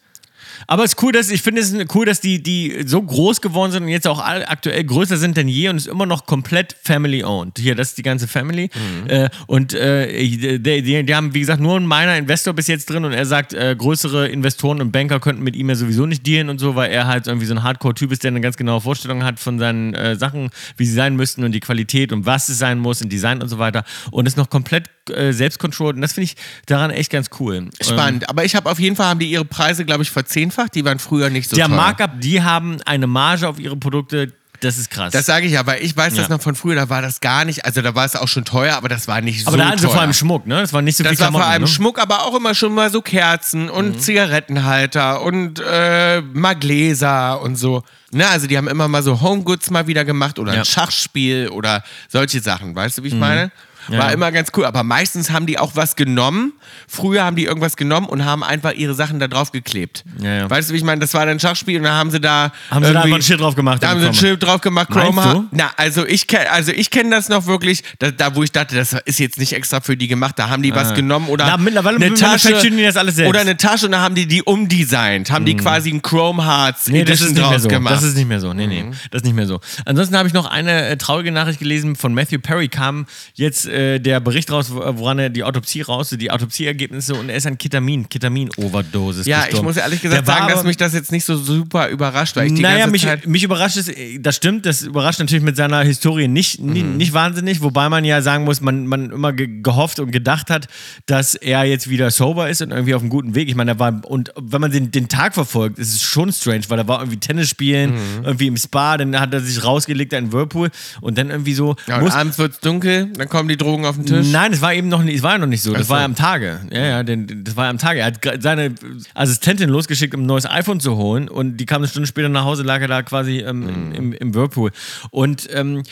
Aber es ist cool, dass ich finde es cool, dass die, die so groß geworden sind und jetzt auch all- aktuell größer sind denn je und ist immer noch komplett family owned. Hier, das ist die ganze Family. Äh, und äh, die, die, die haben, wie gesagt, nur einen meiner Investor bis jetzt drin und er sagt, äh, größere Investoren und Banker könnten mit ihm ja sowieso nicht dealen und so, weil er halt irgendwie so ein Hardcore-Typ ist, der eine ganz genaue Vorstellung hat von seinen äh, Sachen, wie sie sein müssten und die Qualität und was es sein muss und Design und so weiter. Und ist noch komplett äh, selbst controlled. Und das finde ich daran echt ganz cool.
Spannend. Aber ich habe auf jeden Fall, haben die ihre Preise, glaube ich, verzehnfacht. Die waren früher nicht so
Der
teuer.
Markup, die haben eine Marge auf ihre Produkte, das ist krass.
Das sage ich ja, weil ich weiß das
Ja.
noch von früher, da war das gar nicht, also da war es auch schon teuer, aber das war nicht so
aber da hatten sie
teuer.
vor allem Schmuck, ne? Das war nicht so viel
das war
Klamotten,
vor allem
ne? Mhm.
Schmuck, aber auch immer schon mal so Kerzen und Zigarettenhalter und äh, mal Gläser und so. Ne, also die haben immer mal so Homegoods mal wieder gemacht oder
Ja. Mhm.
ein Schachspiel oder solche Sachen, weißt du, wie ich meine? War immer ganz cool, aber meistens haben die auch was genommen. Früher haben die irgendwas genommen und haben einfach ihre Sachen da drauf geklebt.
Ja, ja.
Weißt du, wie ich meine? Das war dann Schachspiel und da haben sie da.
Haben sie
irgendwie-
da einfach ein Schild drauf gemacht?
Da haben sie ein
Chroma.
Schild drauf gemacht,
Meinst
Chroma.
du?
Na, also ich kenne also ich kenn das noch wirklich, da, da wo ich dachte, das ist jetzt nicht extra für die gemacht, da haben die was genommen oder
Ah. Na, mittlerweile
eine Tasche
manufacturen die das alles selbst. Mhm.
oder eine Tasche und da haben die die umdesignt, haben die quasi ein Chrome Hearts
Nee, das
Edition
ist nicht mehr
draus
so.
gemacht. Mhm.
Das ist nicht mehr so. Nee, nee, das ist nicht mehr so. Ansonsten habe ich noch eine äh, traurige Nachricht gelesen von Matthew Perry. Kam jetzt äh, der Bericht raus, wo- woran er die Autopsie raus, die Autopsieergebnisse und er ist an Ketamin, Ketamin-Overdosis
ja, ich
gestorben.
muss ehrlich gesagt
Der war
sagen, dass
aber-
mich das jetzt nicht so super überrascht, weil ich die
naja,
ganze
mich,
Zeit
mich überrascht es, äh, das stimmt, das überrascht natürlich mit seiner Historie nicht, ni-
Mhm.
nicht wahnsinnig, wobei man ja sagen muss, man, man immer ge gehofft und gedacht hat, dass er jetzt wieder sober ist und irgendwie auf einem guten Weg. Ich meine, da war, und wenn man den, den Tag verfolgt, ist es schon strange, weil da war irgendwie Tennis spielen,
Mhm.
irgendwie im Spa, dann hat er sich rausgelegt an den Whirlpool und dann irgendwie so.
ja, und
muss,
abends wird's dunkel, dann kommen die Drogen auf den Tisch.
Nein, es war eben noch nicht, es war ja noch nicht so. Das
Ach so.
war ja am Tage. Ja, ja, denn, das war ja am Tage. Er hat gra- seine Assistentin losgeschickt, um ein neues iPhone zu holen. Und die kam eine Stunde später nach Hause, lag er da quasi ähm,
Hm.
im, im Whirlpool. Und ähm,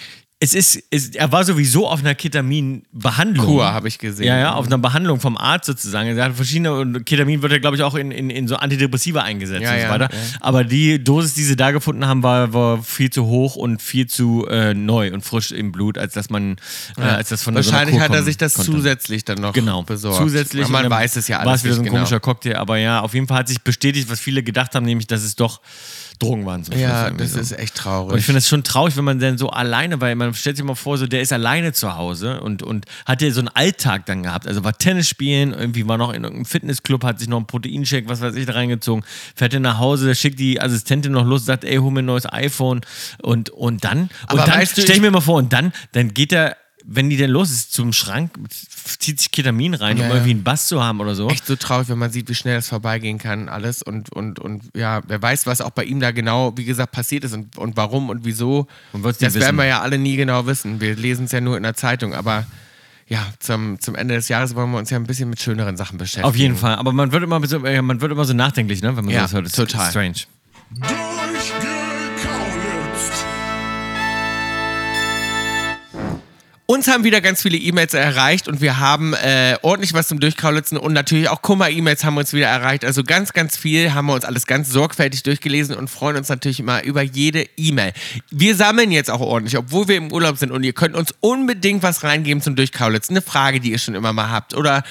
es ist, es, er war sowieso auf einer Ketamin-Behandlung.
Kur, habe ich gesehen.
Ja, ja, auf einer Behandlung vom Arzt sozusagen. Er hat verschiedene, und Ketamin wird ja, glaube ich, auch in, in, in so Antidepressiva eingesetzt
Ja,
und so
ja,
weiter.
ja.
Aber die Dosis, die sie da gefunden haben, war, war viel zu hoch und viel zu äh, neu und frisch im Blut, als dass man, äh, als das von
Wahrscheinlich
so einer
hat
Kur
er sich das
kommen konnte.
zusätzlich dann noch
Genau,
besorgt.
zusätzlich.
Aber man
und dann
weiß es ja
War
alles
es wieder so ein
nicht genau.
komischer Cocktail, aber ja, auf jeden Fall hat sich bestätigt, was viele gedacht haben, nämlich, dass es doch Drogen waren. zum Schluss
Ja,
irgendwie
das
so.
ist echt traurig.
Und ich finde es schon traurig, wenn man dann so alleine, weil man stellt sich mal vor, so der ist alleine zu Hause und, und hat ja so einen Alltag dann gehabt. Also war Tennis spielen, irgendwie war noch in irgendeinem Fitnessclub, hat sich noch einen Proteinshake, was weiß ich, da reingezogen, fährt dann nach Hause, schickt die Assistentin noch los, sagt, ey, hol mir ein neues iPhone und, und dann, und
Aber
dann,
weißt du,
stell ich
ich-
mir mal vor, und dann, dann geht er, wenn die dann los ist, zum Schrank, zieht sich Ketamin rein,
Ja,
um
ja.
irgendwie einen Bass zu haben oder so.
echt so traurig, wenn man sieht, wie schnell das vorbeigehen kann, alles. Und, und, und ja, wer weiß, was auch bei ihm da genau, wie gesagt, passiert ist und, und warum und wieso.
Man
das
wird's nie wissen.
werden wir ja alle nie genau wissen. Wir lesen es ja nur in der Zeitung, aber ja, zum, zum Ende des Jahres wollen wir uns ja ein bisschen mit schöneren Sachen beschäftigen.
Auf jeden Fall. Aber man wird immer so, äh, man wird immer so nachdenklich, ne, wenn man
Mhm. Ja,
sowas hört. Das
total.
Ist strange.
Durchgekaulitzt.
Uns haben wieder ganz viele E-Mails erreicht und wir haben äh, ordentlich was zum Durchkraulitzen und natürlich auch Kummer-E-Mails haben uns wieder erreicht. Also ganz, ganz viel haben wir uns alles ganz sorgfältig durchgelesen und freuen uns natürlich immer über jede E-Mail. Wir sammeln jetzt auch ordentlich, obwohl wir im Urlaub sind und ihr könnt uns unbedingt was reingeben zum Durchkraulitzen. Eine Frage, die ihr schon immer mal habt oder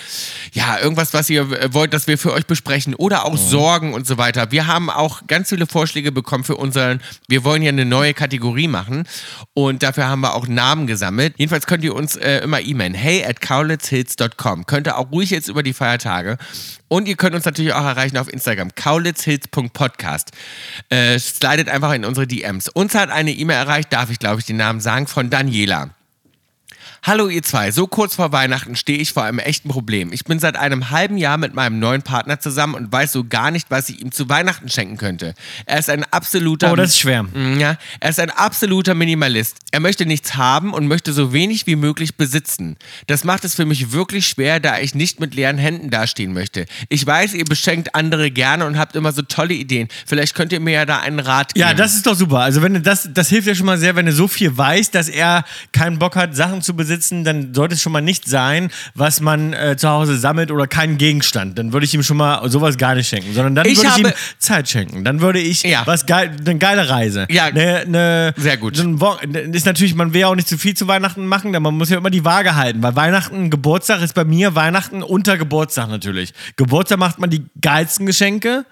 ja, irgendwas, was ihr äh, wollt, dass wir für euch besprechen oder auch Sorgen und so weiter. Wir haben auch ganz viele Vorschläge bekommen für unseren, wir wollen ja eine neue Kategorie machen und dafür haben wir auch Namen gesammelt. Jedenfalls könnt ihr uns äh, immer e-mailen. Hey at kaulitzhills.com. Könnt ihr auch ruhig jetzt über die Feiertage. Und ihr könnt uns natürlich auch erreichen auf Instagram. kaulitzhills.podcast. Äh, slidet einfach in unsere DMs. Uns hat eine E-Mail erreicht, darf ich glaube ich den Namen sagen, von Daniela. Hallo ihr zwei, so kurz vor Weihnachten stehe ich vor einem echten Problem. Ich bin seit einem halben Jahr mit meinem neuen Partner zusammen und weiß so gar nicht, was ich ihm zu Weihnachten schenken könnte. Er ist ein absoluter
Oh, das ist schwer.
Mm, Ja, er ist ein absoluter Minimalist. Er möchte nichts haben und möchte so wenig wie möglich besitzen. Das macht es für mich wirklich schwer, da ich nicht mit leeren Händen dastehen möchte. Ich weiß, ihr beschenkt andere gerne und habt immer so tolle Ideen. Vielleicht könnt ihr mir ja da einen Rat geben.
Ja, das ist doch super. Also wenn du das, das hilft ja schon mal sehr, wenn du so viel weißt, dass er keinen Bock hat, Sachen zu besitzen, dann sollte es schon mal nicht sein, was man äh, zu Hause sammelt oder keinen Gegenstand. Dann würde ich ihm schon mal sowas gar nicht schenken, sondern dann
Ich
würde ich ihm
habe-
Zeit schenken. Dann würde ich
Ja.
was geil, eine geile Reise.
Ja.
eine, eine,
Sehr gut.
So ein Wo- ist natürlich, man will ja auch nicht zu viel zu Weihnachten machen, denn man muss ja immer die Waage halten, weil Weihnachten, Geburtstag ist bei mir Weihnachten unter Geburtstag natürlich. Geburtstag macht man die geilsten Geschenke.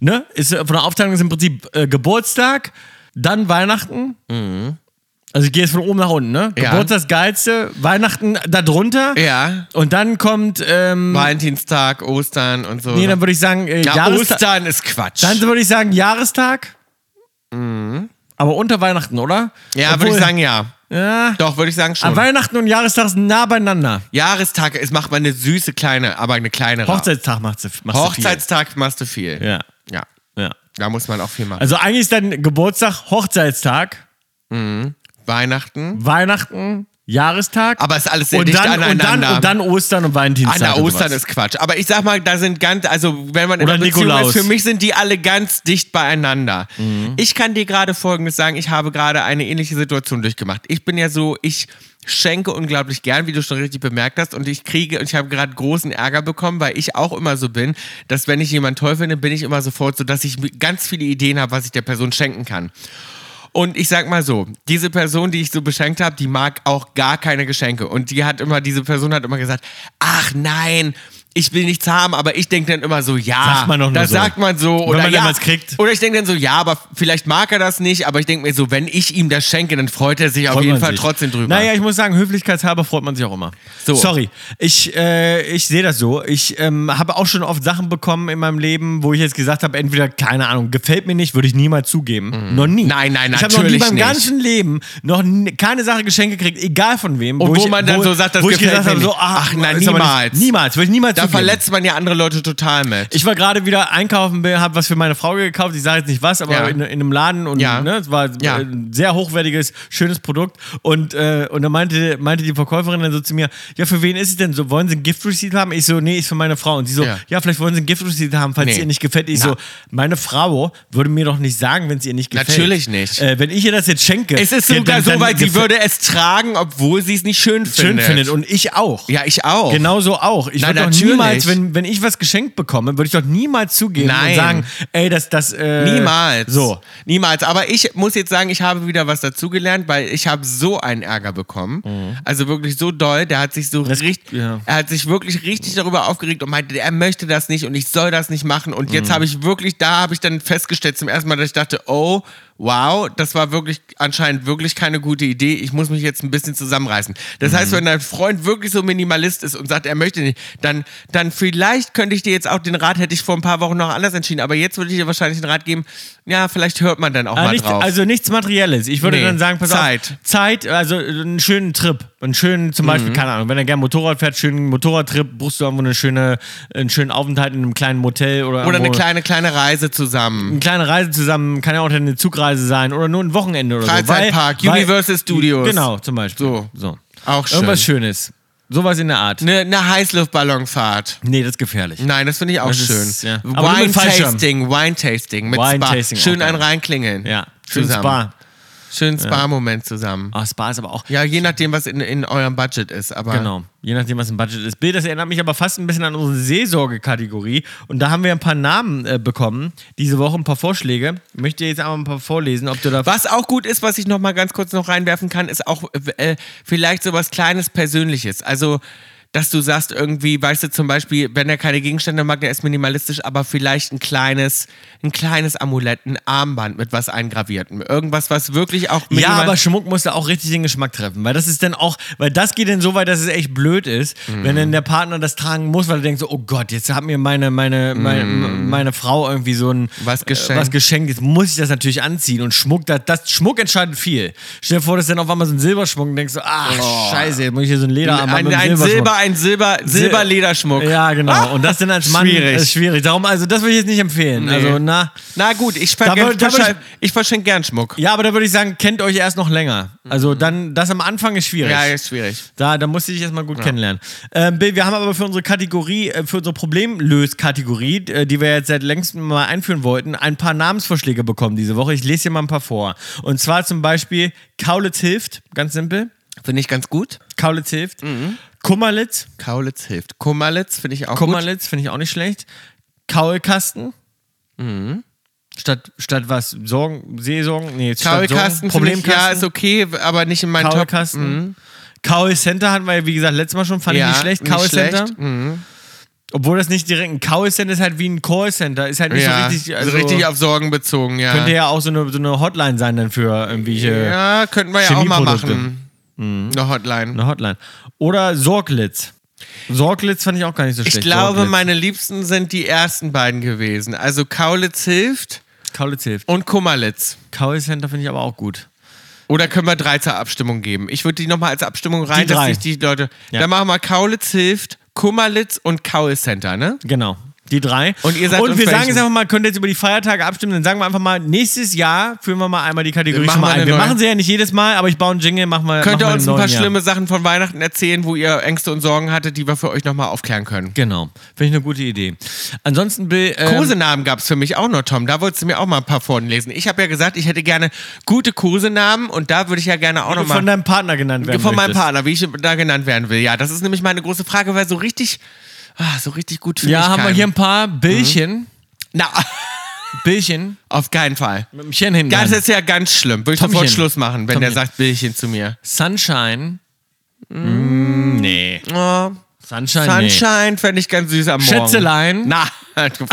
ne? Ist, äh, von der Aufteilung ist im Prinzip äh, Geburtstag, dann Weihnachten. Also ich gehe jetzt von oben nach unten, ne?
Mhm. Ja.
Geburtstag ist das Geilste, Weihnachten darunter.
Ja.
Und dann kommt, ähm,
Valentinstag, Ostern und so.
nee, dann würde ich sagen, äh,
ja,
Jahrestag.
Ostern ist Quatsch.
Dann würde ich sagen, Jahrestag. Aber unter Weihnachten, oder?
Mhm. ja, würde ich
Obwohl-
sagen, ja.
Ja. Ah,
Doch, würde ich sagen
An
schon.
Weihnachten und Jahrestag sind nah beieinander.
Jahrestag, es macht man eine süße kleine, aber eine kleinere.
Hochzeitstag macht es.
Hochzeitstag machst du viel.
Ja.
Ja.
ja.
Da muss man auch viel machen.
Also eigentlich ist dann Geburtstag, Hochzeitstag, Also-
Weihnachten.
Weihnachten, Jahrestag.
Aber es ist alles sehr
und
dicht
dann, Und
aneinander.
dann, und dann Ostern und Valentinstag.
An der
und
Ostern
sowas.
ist Quatsch. Aber ich sag mal, da sind ganz, also wenn man in
Oder
einer Beziehung
Nikolaus. Mhm.
ist, für mich sind die alle ganz dicht beieinander. Ich kann dir gerade Folgendes sagen, ich habe gerade eine ähnliche Situation durchgemacht. Ich bin ja so, ich schenke unglaublich gern, wie du schon richtig bemerkt hast, und ich kriege, und ich habe gerade großen Ärger bekommen, weil ich auch immer so bin, dass wenn ich jemanden toll finde, bin ich immer sofort so, dass ich ganz viele Ideen habe, was ich der Person schenken kann. Und ich sag mal so, diese Person, die ich so beschenkt habe, die mag auch gar keine Geschenke. Und die hat immer, diese Person hat immer gesagt, ach nein, ich will nichts haben, aber ich denke dann immer so, ja,
Sagt man doch nur
das
so.
sagt man so. Oder,
man dann
ja,
was kriegt.
oder ich denke dann so, ja, aber vielleicht mag er das nicht, aber ich denke mir so, wenn ich ihm das schenke, dann freut er sich auf
Freut
jeden
man
Fall
sich.
trotzdem drüber.
Naja, ich muss sagen, höflichkeitshalber freut man sich auch immer.
So.
Sorry, ich, äh, ich sehe das so. Ich ähm, habe auch schon oft Sachen bekommen in meinem Leben, wo ich jetzt gesagt habe, entweder, keine Ahnung, gefällt mir nicht, würde ich niemals zugeben. Noch nie.
Mhm. Nein, nein,
Ich habe noch nie
natürlich
meinem
nicht.
ganzen Leben noch n- keine Sache geschenkt gekriegt, egal von wem.
Und wo
ich,
man dann so sagt, das
wo ich
gefällt
gesagt
mir
habe, so,
nicht.
ach,
Ach, nein,
ist aber
niemals.
Nicht, niemals, würde ich niemals
da
zugeben.
verletzt man ja andere Leute total mit.
Ich war gerade wieder einkaufen, habe was für meine Frau gekauft. Ich sage jetzt nicht was, aber
Ja.
in, in einem Laden und
Ja.
ne, es war
Ja.
ein sehr hochwertiges, schönes Produkt. Und, äh, und dann meinte, meinte die Verkäuferin dann so zu mir: Ja, für wen ist es denn so? Wollen Sie ein Gift Receipt haben? Ich so: Nee, ist für meine Frau. Und sie so: Ja,
Ja.
vielleicht wollen Sie ein Gift Receipt haben, falls
Nee.
es ihr nicht gefällt. Ich
Na.
so: Meine Frau würde mir doch nicht sagen, wenn es ihr nicht gefällt.
Natürlich nicht.
Äh, wenn ich ihr das jetzt schenke,
es ist
ja,
sogar
dann-
so
dann
weit, sie
gefä-
würde es tragen, obwohl sie es nicht schön
schön
findet.
findet. Genau. Und ich auch.
ja, ich auch.
Genauso auch. Ich
Na,
würde doch
natürlich.
niemals, wenn, wenn ich was geschenkt bekomme, würde ich doch niemals zugeben und
Nein.
sagen, ey, das, das, äh,
Niemals.
So.
Niemals. Aber ich muss jetzt sagen, ich habe wieder was dazugelernt, weil ich habe so einen Ärger bekommen. Also wirklich so doll. Der hat sich so richtig,
Mhm. ja.
er hat sich wirklich richtig darüber aufgeregt und meinte, er möchte das nicht und ich soll das nicht machen. Und
Mhm.
jetzt habe ich wirklich, da habe ich dann festgestellt zum ersten Mal, dass ich dachte, oh, wow, das war wirklich anscheinend wirklich keine gute Idee. Ich muss mich jetzt ein bisschen zusammenreißen. Das
Mhm.
heißt, wenn dein Freund wirklich so Minimalist ist und sagt, er möchte nicht, dann, dann vielleicht könnte ich dir jetzt auch den Rat, hätte ich vor ein paar Wochen noch anders entschieden. Aber jetzt würde ich dir wahrscheinlich den Rat geben, ja, vielleicht hört man dann auch
Ah,
mal
nicht,
drauf.
also nichts Materielles. Ich würde
Nee.
dann sagen, pass
Zeit. Mhm.
auf, Zeit, also einen schönen Trip. Einen schönen, zum Beispiel, keine Ahnung, wenn er gerne Motorrad fährt, schönen Motorradtrip, buchst du irgendwo eine schöne, einen schönen Aufenthalt in einem kleinen Motel oder
Oder eine
irgendwo.
kleine, kleine Reise zusammen.
eine kleine Reise zusammen, kann ja auch eine Zugreise sein oder nur ein Wochenende oder
Freizeitpark,
so. Weil-
Universal
weil-
Studios.
Genau, zum Beispiel.
So.
so.
Auch schön.
Irgendwas Schönes. Sowas in der Art.
Eine, eine Heißluftballonfahrt.
Nee, das ist gefährlich.
Nein, das finde ich auch
Das
schön.
ist- ja. Aber nur mit
Wine
Fallschirm.
Tasting, Wine Tasting mit
Wine
Spa.
Tasting
schön
auch
ein
geil.
reinklingeln.
Ja, schön
Zusammen.
Spa.
Schönen Spa-Moment zusammen.
Ah, Spa ist aber auch.
Ja, je nachdem, was in, in eurem Budget ist. Aber
Genau, je nachdem, was im Budget ist. Bill, das erinnert mich aber fast ein bisschen an unsere Seelsorge-Kategorie. Und da haben wir ein paar Namen äh, bekommen, diese Woche ein paar Vorschläge. Ich möchte jetzt einmal ein paar vorlesen, ob du da.
was auch gut ist, was ich noch mal ganz kurz noch reinwerfen kann, ist auch äh, vielleicht so was Kleines Persönliches. Also dass du sagst irgendwie, weißt du zum Beispiel, wenn er keine Gegenstände mag, der ist minimalistisch, aber vielleicht ein kleines, ein kleines Amulett, ein Armband mit was eingraviertem, irgendwas, was wirklich auch
Ja,
minimal-
aber Schmuck muss da auch richtig den Geschmack treffen, weil das ist dann auch, weil das geht dann so weit, dass es echt blöd ist, wenn dann der Partner das tragen muss, weil er denkt so, oh Gott, jetzt hat mir meine, meine, meine, meine Frau irgendwie so ein
Mm. Was geschenkt.
äh, was geschenkt, jetzt muss ich das natürlich anziehen und Schmuck, das, das Schmuck entscheidet viel. Stell dir vor, dass dann auf einmal so ein Silberschmuck und denkst so, ah, scheiße, jetzt muss ich hier so ein Lederarmband
Oh. ein,
mit einem
ein Silber,
Silberschmuck.
ein Silber, Silberlederschmuck.
Ja, genau. Und das dann als Mann
Schwierig.
ist schwierig. Darum, also das würde ich jetzt nicht empfehlen.
Nee.
Also, na.
Na gut, ich
Da
verschenke
würd- da würd
verschenk, ich verschenk gern Schmuck.
Ja, aber da würde ich sagen, kennt euch erst noch länger. Also dann, das am Anfang ist schwierig.
Mhm. Ja, ist schwierig.
Da, da musste ich erstmal gut kennenlernen. Ähm, Bill, wir haben aber für unsere Kategorie, äh, für unsere Problemlös-Kategorie, äh, die wir jetzt seit längstem mal einführen wollten, ein paar Namensvorschläge bekommen diese Woche. Ich lese hier mal ein paar vor. Und zwar zum Beispiel Kaulitz hilft, ganz simpel.
Finde ich ganz gut.
Kaulitz hilft.
Mhm.
Kummerlitz.
Kaulitz hilft. Kummerlitz finde ich auch gut.
Kummerlitz finde ich auch nicht schlecht. Kaulkasten.
Mhm.
Statt, statt was? Sorgen, Seesorgen? Nee, statt Sorgen,
Kaulkasten, finde ich, ja, ist okay, aber nicht in meinen Top.
Kaulkasten. Kaul Center hatten wir, ja, wie gesagt, letztes Mal schon, fand
Mhm. Ja,
ich nicht schlecht.
nicht
Kaul
schlecht. Mhm.
Center. Obwohl das nicht direkt ein Callcenter ist, halt wie ein Callcenter. Ist halt nicht
ja,
so richtig. Also
richtig auf Sorgen bezogen, ja.
könnte ja auch so eine, so eine Hotline sein dann für irgendwelche.
ja, könnten wir ja auch mal
Chemieprodukte.
machen. Eine Hotline.
Eine Hotline. Oder Sorglitz. Sorglitz fand ich auch gar nicht so schlecht.
Ich glaube,
Sorglitz.
meine Liebsten sind die ersten beiden gewesen. Also Kaulitz hilft
Kaulitz hilft.
und Kummerlitz.
Callcenter finde ich aber auch gut.
Oder können wir drei zur Abstimmung geben? Ich würde die nochmal als Abstimmung rein,
Die
dass
drei.
sich die Leute.
Ja.
Dann machen wir Kaulitz hilft, Kummerlitz und Kaulcenter, ne?
Genau. Die drei.
Und ihr sagt
Und
uns
wir sagen
welchen.
jetzt einfach mal, könnt ihr jetzt über die Feiertage abstimmen, dann sagen wir einfach mal, nächstes Jahr führen wir mal einmal die
Dann
Kategorie
machen
schon mal
wir
ein.
eine
Wir
neue.
machen sie ja nicht jedes Mal, aber ich baue einen Jingle, machen wir.
Könnt ihr
machen wir
uns
im
ein paar
neuen Jahr.
schlimme Sachen von Weihnachten erzählen, wo ihr Ängste und Sorgen hattet, die wir für euch nochmal aufklären können?
Genau. Finde ich eine gute Idee. Ansonsten, Bill. ähm,
Kosenamen gab es für mich auch noch, Tom. Da wolltest du mir auch mal ein paar vorlesen. Ich habe ja gesagt, ich hätte gerne gute Kosenamen und da würde ich ja gerne auch nochmal.
von deinem Partner genannt werden.
Von meinem
möchtest.
Partner, wie ich da genannt werden will. Ja, das ist nämlich meine große Frage, weil so richtig, ah, so richtig gut finde ich
Ja, haben wir
keinen.
hier ein paar
Mhm.
Billchen.
Na,
Billchen.
auf keinen Fall.
Mit dem Chen hinten.
Das
dran.
ist ja ganz schlimm. Würde ich
Tomchen.
sofort Schluss machen, wenn der
Tomchen.
sagt Billchen zu mir.
Sunshine. Mm, nee.
Oh,
Sunshine. Sunshine.
Sunshine fände ich ganz süß am Morgen.
Schätzelein.
Na, [LAUGHS] du-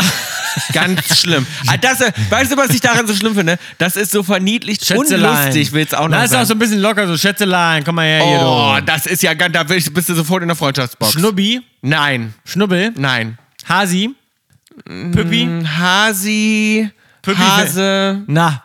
ganz schlimm. Ah, Das, äh, weißt du, was ich daran so schlimm finde? Das ist so verniedlicht und lustig, will es auch noch
Das ist
sein.
auch so ein bisschen locker, so Schätzelein. Komm mal her,
oh,
hier,
das ist ja ganz, da will ich- bist du sofort in der
du.
Freundschaftsbox.
Schnubbi.
nein,
Schnubbel.
nein.
Hasi.
Mm.
Püppi.
Hasi,
Püppi-
Hase.
Na,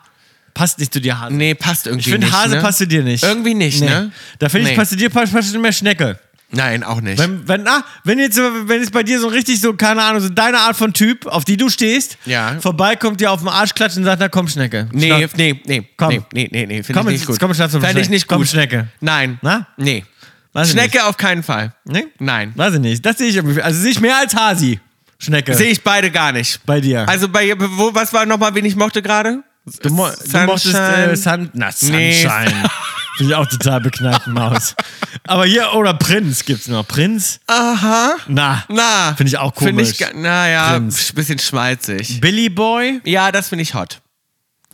passt nicht zu dir, Hase.
Nee, passt irgendwie
ich finde,
nicht.
Hase
ne?
passt zu dir nicht.
Irgendwie nicht,
Nee.
ne?
Da finde ich,
Nee.
passt zu dir passt, passt zu mir Schnecke.
Nein, auch nicht.
Wenn, wenn, ah, wenn jetzt, wenn jetzt bei dir so richtig so, keine Ahnung, so deine Art von Typ, auf die du stehst,
Ja.
vorbeikommt, dir auf den Arsch klatscht und sagt, na komm, Schnecke.
Nee,
Schnapp.
nee, nee,
Komm.
nee, nee, nee, nee, finde
Komm
ich nicht
jetzt-
gut.
komm, Schnatz, komm,
Fände ich
Schnecke.
nicht gut.
Komm, Schnecke.
Nein.
Na?
Nee.
Weiß ich
Schnecke auf keinen Fall.
Nee?
Nein.
Weiß ich nicht. Das sehe ich irgendwie. Also sehe ich mehr als Hasi. Schnecke.
Sehe ich beide gar nicht.
bei dir.
Also bei, wo, was war nochmal, wen ich mochte gerade?
du, mo du mochtest äh, Sun na,
Nee.
Sunshine.
[LAUGHS]
Bin ich auch total beknackt, Maus. Aber hier, oder Prinz gibt's noch. Prinz?
Aha.
Na.
Na.
Finde ich auch
Finde ich,
komisch.
ga- naja,
Prinz.
pf, bisschen schmalzig.
Billy Boy?
Ja, das finde ich hot.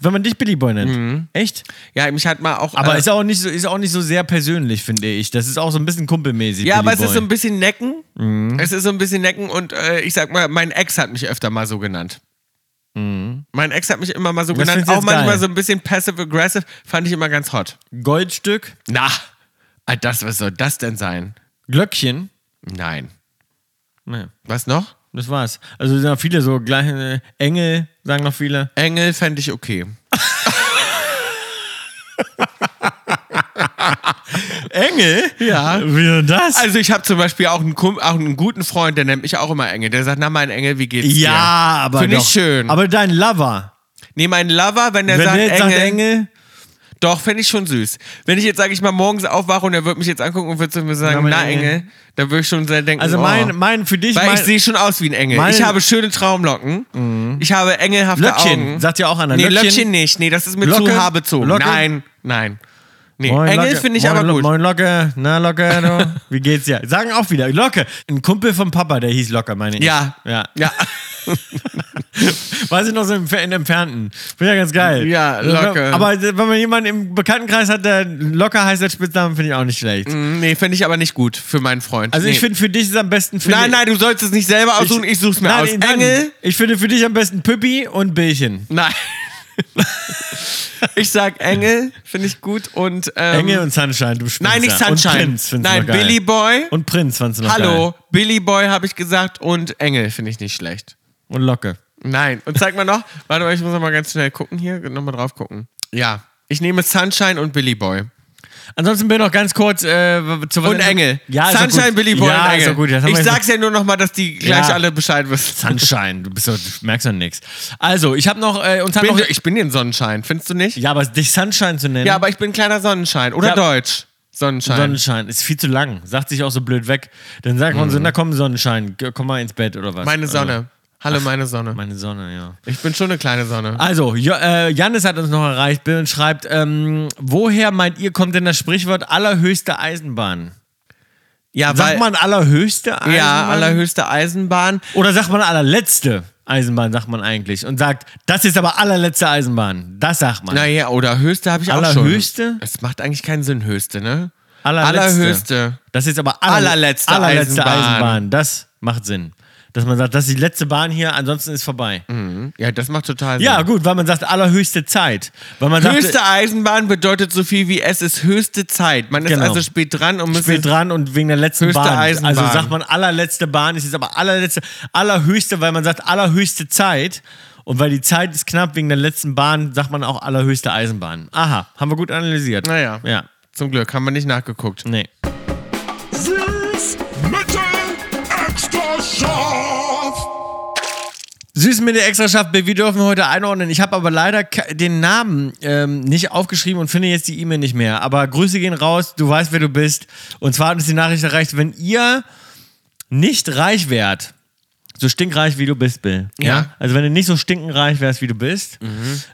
Wenn man dich Billy Boy nennt.
Mhm.
Echt?
Ja, mich hat mal auch.
Aber
äh,
ist auch nicht so, ist auch nicht so sehr persönlich, finde ich. Das ist auch so ein bisschen kumpelmäßig.
Ja,
Billy
aber es ist
Boy.
so ein bisschen Necken.
Mhm.
Es ist so ein bisschen Necken und äh, ich sag mal, mein Ex hat mich öfter mal so genannt. Mein Ex hat mich immer mal so genannt.
findest du
Auch
Mhm. jetzt
manchmal
geil?
so ein bisschen passive-aggressive. Fand ich immer ganz hot.
Goldstück,
Na, ah, das, was soll das denn sein?
Glöckchen.
Nein.
Nee,
Was noch?
das war's. Also sind auch viele so gleiche äh, Engel, sagen noch viele.
Engel fände ich okay.
Engel? Ja. Wie denn das?
Also ich habe zum Beispiel auch einen, Kump- auch einen guten Freund, der nennt mich auch immer Engel. Der sagt, na mein Engel, wie geht's dir?
ja, aber.
Finde ich
doch.
schön.
Aber dein Lover.
Nee, mein Lover, wenn der
Wenn
sagt,
der jetzt
Engel,
sagt Engel,
Doch, fände ich schon süß. Wenn ich jetzt, sage ich mal, morgens aufwache und er wird mich jetzt angucken und wird zu mir sagen,
Na, mein
na Engel,
Engel."
dann würde ich schon sehr denken,
also
oh.
mein, mein, für dich,
Weil
mein.
ich sehe schon aus wie ein Engel.
Meine-
ich habe schöne Traumlocken. Ich habe engelhafte
Mhm. Löckchen,
Augen.
sagt ja auch einer.
nee, Löckchen,
Löckchen
nicht. Nee, das ist mir
Locke?
zu haarbezogen.
Locke?
Nein, nein. Nee.
Moin,
Engel
Locke.
finde ich
Moin,
aber
Lo-
gut.
Moin Locke, na Locke, du. wie geht's dir? Sagen auch wieder, Locke. Ein Kumpel von Papa, der hieß Locke, meine ich.
Ja.
Ja.
Ja.
Weiß ich noch so im, Fer- im Entfernten. Finde ja ganz geil.
Ja,
Also,
Locke.
Aber wenn man jemanden im Bekanntenkreis hat, der Locke heißt als Spitznamen, finde ich auch nicht schlecht.
Nee, finde ich aber nicht gut für meinen Freund.
Also
Mhm. nee.
ich finde, für dich ist am besten... finde
Nein, nein, du sollst es nicht selber aussuchen, ich, suche es mir
nein,
aus.
nein.
Engel?
Ich finde für dich am besten Püppi und Billchen.
Nein. [LAUGHS] ich sag Engel, finde ich gut. Und, ähm,
Engel und Sunshine, du Spitzer.
Nein, nicht
Und
Sunshine.
Prinz, findest du
Nein,
noch geil.
Billy Boy.
Und Prinz fandst du noch
Hallo,
Geil.
Billy Boy habe ich gesagt und Engel finde ich nicht schlecht.
Und Locke.
Nein, und zeig mal noch, [LAUGHS] warte mal, ich muss noch mal ganz schnell gucken hier, nochmal drauf gucken. Ja, ich nehme Sunshine und Billy Boy.
Ansonsten bin ich noch ganz kurz äh, zu was-
Und Engel.
Ja, ist doch
Sunshine,
gut.
Billy Boy
ja,
und Engel.
Ist doch gut. Das haben
ich
wir jetzt-
sag's ja nur nochmal, dass die gleich
Ja.
alle Bescheid wissen.
Sunshine, du, bist doch, du merkst doch nichts. Also, ich habe noch äh, uns hat
Bin,
noch
ich bin den Sonnenschein, findest du nicht? Ja,
ja, aber dich Sunshine zu nennen.
aber ich bin kleiner Sonnenschein. Oder
Ja.
Deutsch. Sonnenschein.
Sonnenschein ist viel zu lang. Sagt sich auch so blöd weg. Dann sagt man so, na komm Sonnenschein, g- komm mal ins Bett oder was.
Mhm. meine Sonne. Hallo, meine
Äh,
Sonne.
meine Sonne, ja.
Ich bin schon eine kleine Sonne.
Also, jo, äh, Janis hat uns noch erreicht, Bill, und schreibt, ähm, woher meint ihr, kommt denn das Sprichwort allerhöchste Eisenbahn?
Ja,
Sagt man allerhöchste Eisenbahn?
ja, allerhöchste Eisenbahn.
Oder sagt man allerletzte Eisenbahn, sagt man eigentlich. Und sagt, das ist aber allerletzte Eisenbahn. Das sagt man.
Naja, oder höchste habe ich auch schon.
Allerhöchste?
Es macht eigentlich keinen Sinn, höchste, ne?
Allerletzte.
Allerhöchste.
Das ist aber aller,
Allerletzte
allerletzte Eisenbahn.
Eisenbahn.
Das macht Sinn. Dass man sagt, das ist die letzte Bahn hier, ansonsten ist vorbei.
Ja, das macht total Sinn.
Ja, gut, weil man sagt, allerhöchste Zeit. Weil man sagt,
Höchste Eisenbahn bedeutet so viel wie es ist höchste Zeit. Man ist
Genau.
also spät dran und muss
spät dran und wegen der letzten
Höchste
Bahn.
Eisenbahn.
Also sagt man allerletzte Bahn, ist jetzt aber allerletzte, allerhöchste, weil man sagt allerhöchste Zeit. Und weil die Zeit ist knapp wegen der letzten Bahn, sagt man auch allerhöchste Eisenbahn. Aha, haben wir gut analysiert.
Naja.
Ja.
Zum Glück haben wir nicht nachgeguckt.
Nee.
Süß, mittel, extra scharf.
Süßen mit der Extraschaft, wir dürfen heute einordnen. Ich habe aber leider ke- den Namen ähm, nicht aufgeschrieben und finde jetzt die E-Mail nicht mehr. Aber Grüße gehen raus, du weißt, wer du bist. Und zwar hat uns die Nachricht erreicht, wenn ihr nicht reich wärt, so stinkreich wie du bist, Bill. Ja.
Ja.
Also wenn du nicht so stinkenreich wärst, wie du bist,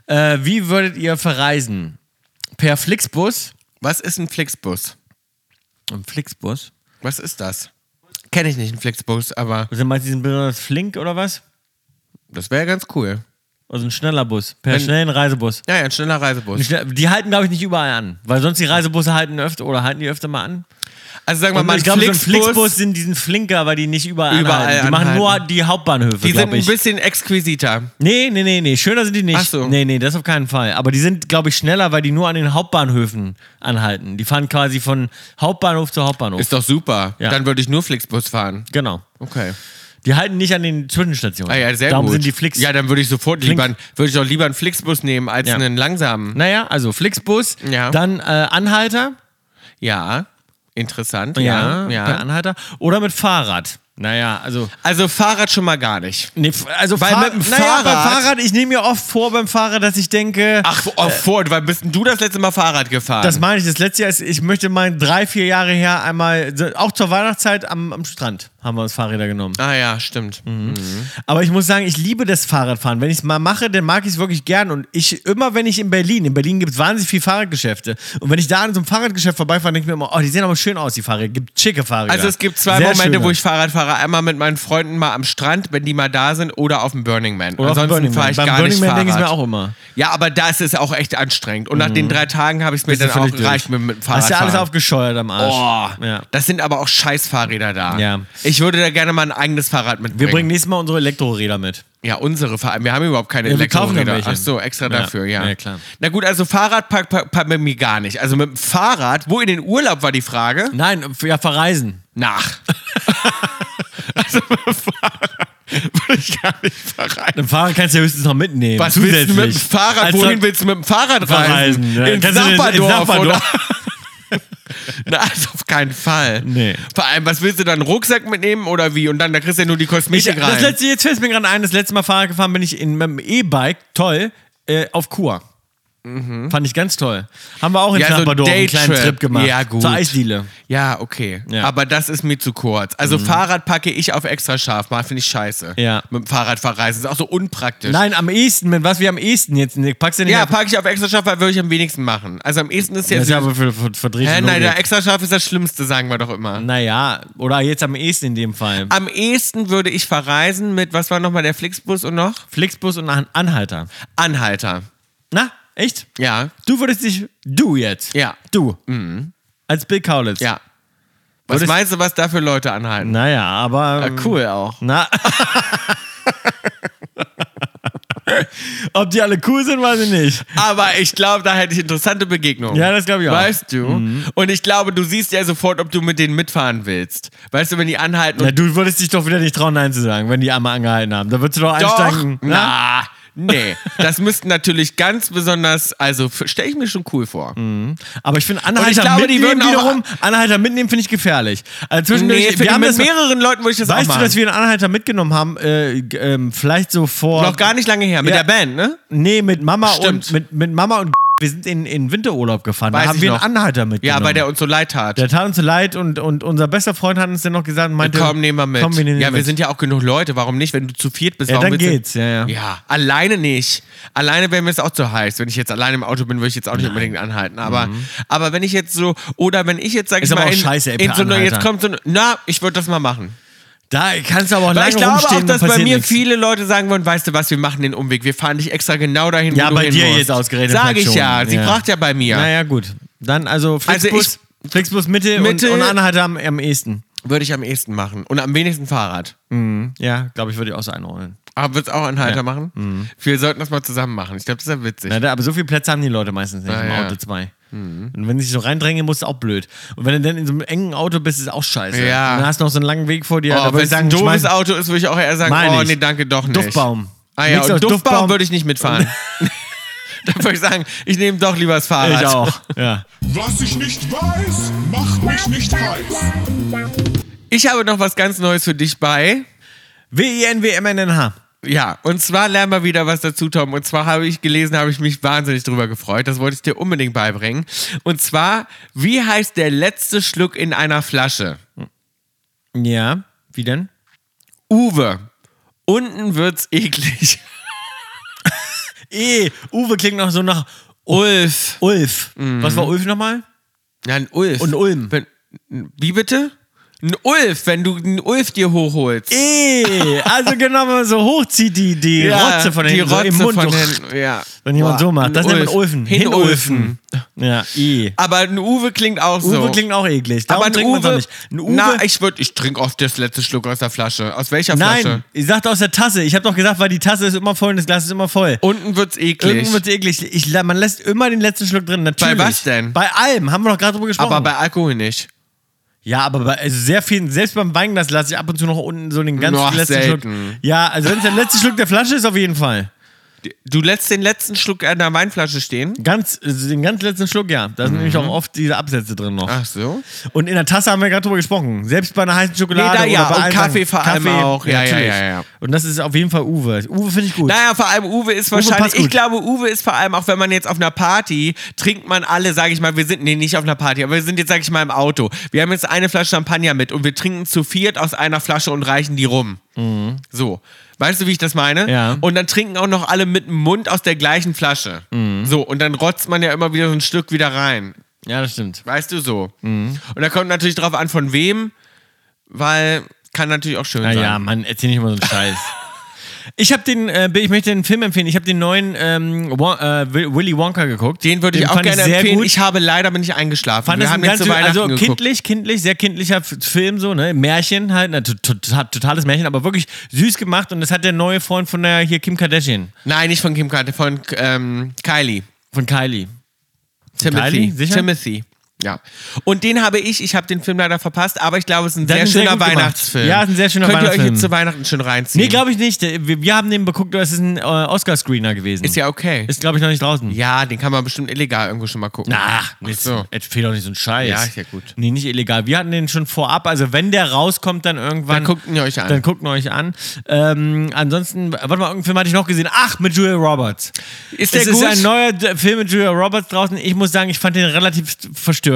äh, wie würdet ihr verreisen? Per Flixbus?
Was ist ein Flixbus?
Ein Flixbus?
Was ist das? Kenne ich nicht, einen Flixbus, aber
Also meinst du, die sind besonders flink oder was?
das wäre ganz cool.
Also ein schneller Bus, per
Ein-
schnellen Reisebus.
Ja, ja, ein schneller Reisebus.
Schnell- Die halten, glaube ich, nicht überall an, weil sonst die Reisebusse halten öfter oder halten die öfter mal an.
Also sagen wir
Und
mal,
ich
ein
glaube, so ein
Flixbus,
Flixbus sind die sind flinker, weil die nicht überall,
Überall
anhalten. Die machen
anhalten.
nur die Hauptbahnhöfe,
die sind
glaube
ein
ich.
bisschen exquisiter.
Nee, nee, nee, nee, schöner sind die nicht.
Ach so.
Nee, nee, das auf keinen Fall. Aber die sind, glaube ich, schneller, weil die nur an den Hauptbahnhöfen anhalten. Die fahren quasi von Hauptbahnhof zu Hauptbahnhof.
Ist doch super.
Ja.
Dann würde ich nur Flixbus fahren.
genau.
Okay.
Die halten nicht an den Zwischenstationen.
Ah ja, sehr
Darum
gut.
sind die Flix.
Ja, dann würde ich sofort
Flink.
lieber, einen- würde ich doch lieber einen Flixbus nehmen als
Ja.
einen langsamen.
naja, also Flixbus,
Ja.
dann äh, Anhalter.
Ja, interessant. Ja, ja.
Per Anhalter. Oder mit Fahrrad. Naja, also
Also Fahrrad schon mal gar nicht.
Nee, f- also
Weil
Fahr-
mit dem
naja, beim
Fahrrad-
Fahrrad, ich nehme mir oft vor beim Fahrrad, dass ich denke,
Ach, oh, Ford, wann bist denn du das letzte Mal Fahrrad gefahren?
äh, das meine ich, das letzte Jahr ist, ich möchte mal drei, vier Jahre her einmal, so- auch zur Weihnachtszeit am, am Strand haben wir uns Fahrräder genommen.
ah ja, stimmt.
Mhm. Aber ich muss sagen, ich liebe das Fahrradfahren. Wenn ich es mal mache, dann mag ich es wirklich gern. Und ich, immer wenn ich in Berlin, in Berlin gibt es wahnsinnig viele Fahrradgeschäfte. Und wenn ich da an so einem Fahrradgeschäft vorbeifahre, denke ich mir immer, oh, die sehen aber schön aus, die Fahrräder. Gibt schicke Fahrräder.
Also es gibt zwei
Sehr
Momente,
schöne.
wo ich Fahrrad fahre. Einmal mit meinen Freunden mal am Strand, wenn die mal da sind, oder auf dem Burning Man.
Oder auf dem Burning
Ansonsten
Man.
fahre ich
Beim
gar
Burning
nicht
Man
Fahrrad.
denke ich mir auch immer.
Ja, aber da ist es auch echt anstrengend. Und nach
Mhm.
den drei Tagen habe ich es mir
Bist du
dann auch
völlig durch.
gereicht mit, mit dem Fahrrad.
Hast ja alles aufgescheuert am Arsch.
Oh,
Ja.
das sind aber auch Scheißfahrräder da.
Ja.
Ich würde da gerne mal ein eigenes Fahrrad mitbringen.
Wir bringen nächstes Mal unsere Elektroräder mit.
ja unsere Fahrräder. Wir haben überhaupt keine
Ja, wir kaufen dann
Elektroräder.
welche.
Ach so, extra
Ja.
dafür, ja.
Ja, klar.
Na gut, also Fahrrad packt pack, pack mit mir gar nicht. Also mit dem Fahrrad, wo in den Urlaub war die Frage?
Nein, f- ja, verreisen. [LAUGHS]
Nach. also mit dem Fahrrad [LAUGHS] würde ich gar nicht verreisen.
Ein Fahrrad kannst du ja höchstens noch mitnehmen.
Was willst du mit dem
zusätzlich. Also,
Fahrrad?
Als
wohin
Ver-
willst du mit dem Fahrrad reisen?
verreisen? Ja,
Ins,
kannst du denn- ins
Nachbardorf, oder?
Nachbardorf?
[LAUGHS] Na, also auf keinen Fall.
Nee.
Vor allem, was willst du dann? einen Rucksack mitnehmen oder wie? Und dann, da kriegst du ja nur die
Ich,
Kosmetik rein.
das letzte, jetzt fällt mir gerade ein, das letzte Mal Fahrrad gefahren bin ich in, mit dem E-Bike, toll, äh, auf Kur. Fand ich ganz toll. Haben wir auch
Mhm.
in
Ja, so ein
Trappador einen kleinen
Daytrip.
Trip gemacht.
Ja, gut.
Zur Eisdiele.
Ja, okay.
Ja. Mhm.
Aber das ist mir zu kurz. Also Fahrrad packe ich auf extra scharf. Mal finde ich scheiße.
Ja.
Mit dem Fahrrad verreisen. Ist auch so unpraktisch.
Nein, am ehesten, mit was wir am ehesten jetzt. ne, Packst du nicht
Ja,
mehr-
packe ich auf extra scharf, weil würde ich am wenigsten machen. Also am ehesten ist
das
jetzt.
ist ja aber für, für, verdrehte
Hä, nein,
Logik.
der extra scharf ist das Schlimmste, sagen wir doch immer.
Naja, oder jetzt am ehesten in dem Fall.
Am ehesten würde ich verreisen mit, was war nochmal der Flixbus und noch?
Flixbus und An Anhalter.
Anhalter.
Na, echt?
Ja.
Du würdest dich, du jetzt.
Ja. Mhm.
Du. Als Bill Kaulitz.
Ja. Was
Würdest-
meinst du, was da für Leute anhalten?
Naja, aber. ähm,
cool auch. [LAUGHS]
Na. Ob die alle cool sind, weiß ich nicht.
Aber ich glaube, da hätte ich interessante Begegnungen.
Ja, das glaub ich auch. Mhm.
Weißt du? Und ich glaube, du siehst ja sofort, ob du mit denen mitfahren willst. Weißt du, wenn die anhalten
Na,
und
du würdest dich doch wieder nicht trauen, Nein zu sagen, wenn die einmal angehalten haben. Da würdest du doch einsteigen. ne? Na?
Na, nee. Das müssten natürlich ganz besonders, also stelle ich mir schon cool vor.
Mhm. Aber ich finde
Und
Anhalter
ich glaube, die
mitnehmen
würden auch-
wiederum, Anhalter mitnehmen finde ich gefährlich. Also zwischendurch,
Nee,
wir
für,
haben
mit
das,
mehreren Leuten würde ich das auch
weißt du,
machen.
dass wir einen Anhalter mitgenommen haben, äh, g- ähm, vielleicht so vor...
Noch gar nicht lange her, mit
Ja.
der Band, ne?
Nee, mit Mama
Stimmt.
und mit, mit Mama und [LAUGHS] wir sind in, in Winterurlaub gefahren.
Weiß
da haben
ich
wir
noch.
einen Anhalter
Ja,
mitgenommen.
weil der uns so leid tat.
Der tat uns so leid und, und unser bester Freund hat uns dann noch gesagt, und meinte,
Komm, nehmen wir mit.
Komm, wir nehmen
ja,
ihn
wir
mit.
sind ja auch genug Leute. Warum nicht? Wenn du zu viert bist,
Ja,
warum
dann
willst du-
geht's, ja, ja.
Ja, alleine nicht. Alleine wäre mir es auch zu heiß. Wenn ich jetzt alleine im Auto bin, würde ich jetzt auch nicht unbedingt anhalten. Aber, aber wenn ich jetzt so, oder wenn ich jetzt, sag
Ist
ich
aber
mal,
auch
in,
scheiße, ey,
in
per
so eine, jetzt
Anhalter.
kommt so eine, na, ich würde das mal machen.
Da kannst du aber auch
Weil
lange
ich glaube
rumstehen,
auch, dass
dann
bei
passiert
mir
nichts.
viele Leute sagen würden, weißt du was, wir machen den Umweg. Wir fahren dich extra genau dahin,
Ja,
wo
bei
du
dir
hin musst.
jetzt ausgerechnet
Sag
halt
ich
schon.
ja. Sie
Ja.
braucht ja bei mir.
Naja, gut. Dann also Flixbus,
Also
Flixbus Mitte,
Mitte-
und, und Anhalter am, am ehesten.
Würde ich am ehesten machen. Und am wenigsten Fahrrad.
Ja, glaube ich, würde ich auch so einrollen.
Aber würdest du auch einen Halter machen? Wir sollten das mal zusammen machen. Ich glaube, das ist ja witzig.
Na, da, aber so viele Plätze haben die Leute meistens nicht
Ah,
im
ja. Mhm.
Auto zwei. Und wenn sie sich so reindrängen muss, ist auch blöd. Und wenn du dann in so einem engen Auto bist, ist auch scheiße.
Ja.
Und dann hast du noch so einen langen Weg vor dir.
oh,
da
wenn
würd
es ein
ich
doofes
mein-
Auto ist, würde ich auch eher sagen,
Meine
oh
ich.
nee, danke, doch nicht.
Duftbaum.
Ah ja,
Nix
und
aus
Duftbaum,
Duftbaum.
würde ich nicht
[LAUGHS]
mitfahren. [LAUGHS] da würde ich sagen, ich nehme doch lieber das Fahrrad.
Ich
[LAUGHS]
auch. Ja.
Was ich nicht weiß, macht mich nicht heiß.
Ich habe noch was ganz Neues für dich bei.
W-I-N-W-M-N-N-H.
Ja, und zwar lernen wir wieder was dazu, Tom. Und zwar habe ich gelesen, habe ich mich wahnsinnig drüber gefreut. Das wollte ich dir unbedingt beibringen. Und zwar, wie heißt der letzte Schluck in einer Flasche?
Ja. Wie denn?
Uwe. Unten wird's eklig.
E. Uwe klingt noch so nach Ulf. Ulf. Was war Ulf nochmal?
Ja, ein Ulf.
Und Ulm.
Wenn, wie bitte? Ein Ulf, wenn du einen Ulf dir hochholst.
E. Also genau, wenn man so hochzieht, die, die Rotze von
die
hinten.
Rotze
so im Mund.
von
so,
hinten. Ja.
Wenn jemand
Boah,
so macht.
ein
Das nennt man
Ulf.
Ulfen.
Hinulfen.
Ja. E.
Aber ein Uwe klingt auch
Uwe
so.
klingt auch eklig. Darum
aber ein
trinkt man's
Uwe,
auch nicht. Ein Uwe
Na, ich würde, ich trinke oft das letzte Schluck aus der Flasche. Aus welcher Flasche?
Nein, ich sagte aus der Tasse. Ich habe doch gesagt, weil die Tasse ist immer voll und das Glas ist immer voll.
Unten wird's eklig.
Irgendwo wird eklig. Ich, la- man lässt immer den letzten Schluck drin, natürlich.
was denn?
Bei allem, haben wir doch gerade drüber gesprochen.
aber bei Alkohol nicht.
ja, aber bei also sehr vielen, selbst beim Weinglas lasse ich ab und zu noch unten so den ganzen
Noch
letzten
selten.
Schluck. Ja, also wenn es der letzte Schluck der Flasche ist, auf jeden Fall.
Du lässt den letzten Schluck an der Weinflasche stehen.
Ganz, also den ganz letzten Schluck, ja. Da sind
Mhm.
nämlich auch oft diese Absätze drin noch.
Ach so.
Und in der Tasse haben wir gerade drüber gesprochen. Selbst bei einer heißen Schokolade
Nee, da ja.
oder bei
Und
allen
Kaffee
Sachen.
vor allem auch. Ja, ja,
natürlich.
ja, ja.
Und das ist auf jeden Fall Uwe. Uwe finde ich gut.
Naja, vor allem Uwe ist
Uwe
wahrscheinlich,
passt gut.
ich glaube, Uwe ist vor allem, auch wenn man jetzt auf einer Party, trinkt man alle, sage ich mal, wir sind, nee, nicht auf einer Party, aber wir sind jetzt, sage ich mal, im Auto. Wir haben jetzt eine Flasche Champagner mit und wir trinken zu viert aus einer Flasche und reichen die rum. So. Weißt du, wie ich das meine?
Mhm. Ja.
Und dann trinken auch noch alle mit dem Mund aus der gleichen Flasche.
Mhm.
So, und dann rotzt man ja immer wieder so ein Stück wieder rein.
ja, das stimmt.
Weißt du so?
Mhm.
Und da kommt natürlich drauf an, von wem, weil kann natürlich auch schön sein.
Naja, Mann, erzähl nicht immer so einen
[LAUGHS]
Scheiß. Ich habe den, äh, ich möchte den Film empfehlen. Ich habe den neuen ähm, Won äh, Will- Willy Wonka geguckt.
Den würde ich auch
fand
gerne
sehr
empfehlen.
Gut.
Ich habe leider bin ich eingeschlafen.
fand
Wir
das
haben
ein
jetzt
ganz,
zu Weihnachten
also
geguckt.
kindlich, kindlich, sehr kindlicher F- Film so, ne? Märchen halt, ne, to- to- totales Märchen, aber wirklich süß gemacht. Und das hat der neue Freund von der hier Kim Kardashian,
Nein, nicht von Kim Kardashian, von ähm, Kylie.
von Kylie.
Timothy.
Kylie? Sicher?
Timothy. Ja. Und den habe ich, ich habe den Film leider verpasst, aber ich glaube, es ist ein
Der
sehr
hat ihn sehr
schöner
gut gemacht.
Weihnachtsfilm.
Ja, ist ein sehr schöner
Könnt Könnt ihr euch
Weihnachtsfilm.
jetzt zu Weihnachten schön reinziehen?
Nee, glaube ich nicht. Der- Wir, wir haben den geguckt, das ist ein äh, Oscar-Screener gewesen.
Ist ja okay.
Ist, glaube ich, noch nicht draußen.
ja, den kann man bestimmt illegal irgendwo schon mal gucken.
Na,
Ach
jetzt
so.
jetzt fehlt doch nicht so ein Scheiß.
Ja, ist ja gut.
Nee, nicht illegal. Wir hatten den schon vorab. Also, wenn der rauskommt, dann
Dann
irgendwann.
guckt ihn euch an.
Dann guckt ihn euch an. Ähm, ansonsten, warte mal, irgendeinen Film hatte ich noch gesehen. Ach, mit Julia Roberts.
Ist der
es
gut?
ist ein neuer D- Film mit Julia Roberts draußen. Ich muss sagen, ich fand den relativ verstörend.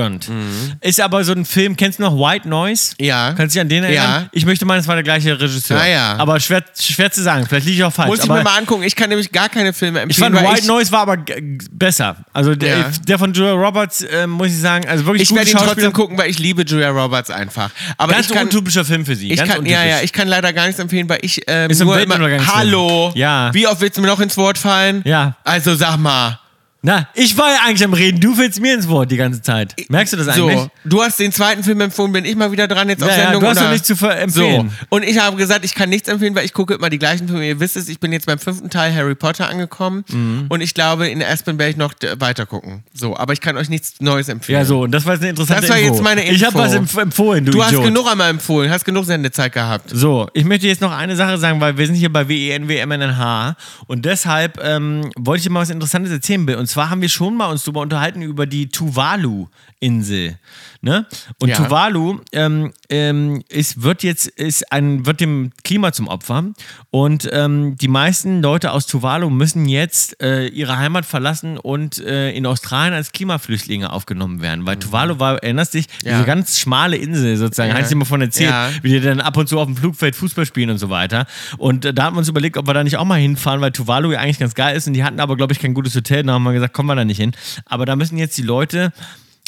Ist aber so ein Film, kennst du noch White Noise?
Mhm. Ja.
Kannst du dich an den erinnern?
Ja.
Ich möchte meinen, es war der gleiche Regisseur.
Ah, ja.
Aber schwer, schwer zu sagen. Vielleicht liege ich auch falsch.
Muss ich
aber
mir mal angucken. Ich kann nämlich gar keine Filme empfehlen.
ich fand
weil
White Noise war aber g- g- besser. Also der,
Ja.
der von Julia Roberts, äh, muss ich sagen, also wirklich
Ich
gute
werde ihn
Schauspieler.
trotzdem gucken, weil ich liebe Julia Roberts einfach. Aber
Ganz
ich kann,
untypischer Film für sie.
ich
Ganz
kann,
untypisch.
ja, ja, ich kann leider gar nichts empfehlen, weil ich ähm,
Ist im
nur immer,
Weltuntergangsfilm.
Hallo.
Ja.
Wie oft willst du mir noch ins Wort fallen?
Ja.
Also sag mal.
Na, ich war ja eigentlich am Reden, du fällst mir ins Wort die ganze Zeit. Merkst du das eigentlich?
So, du hast den zweiten Film empfohlen, bin ich mal wieder dran jetzt auf
Ja, ja,
Sendung.
du hast
oder?
doch nichts zu ver-
so.
empfehlen.
Und ich habe gesagt, ich kann nichts empfehlen, weil ich gucke immer die gleichen Filme. Ihr wisst es, ich bin jetzt beim fünften Teil Harry Potter angekommen
Mhm.
und ich glaube, in Aspen werde ich noch äh, weiter gucken. So, aber ich kann euch nichts Neues empfehlen.
Ja, so, und das war jetzt eine interessante
Das war jetzt
Info.
meine
Ich habe
Info.
was empf empfohlen, du,
Du hast
Idiot.
genug einmal empfohlen, hast genug Sendezeit gehabt.
So, ich möchte jetzt noch eine Sache sagen, weil wir sind hier bei E WENWMNH und deshalb ähm, wollte ich dir mal was Interessantes erzählen. Bill. Und zwar haben wir schon mal uns darüber unterhalten über die Tuvalu-Insel. Ne? Und
Ja.
Tuvalu ähm, ähm, ist, wird jetzt ist ein, wird dem Klima zum Opfer und ähm, die meisten Leute aus Tuvalu müssen jetzt äh, ihre Heimat verlassen und äh, in Australien als Klimaflüchtlinge aufgenommen werden, weil Tuvalu war, erinnerst dich,
Mhm. Ja.
diese ganz schmale Insel sozusagen,
Ja.
hast du dir mal von erzählt
Ja.
wie die dann ab und zu auf dem Flugfeld Fußball spielen und so weiter. Und äh, da haben wir uns überlegt, ob wir da nicht auch mal hinfahren, weil Tuvalu ja eigentlich ganz geil ist und die hatten aber, glaube ich, kein gutes Hotel. Da haben wir gesagt, kommen wir da nicht hin. Aber da müssen jetzt die Leute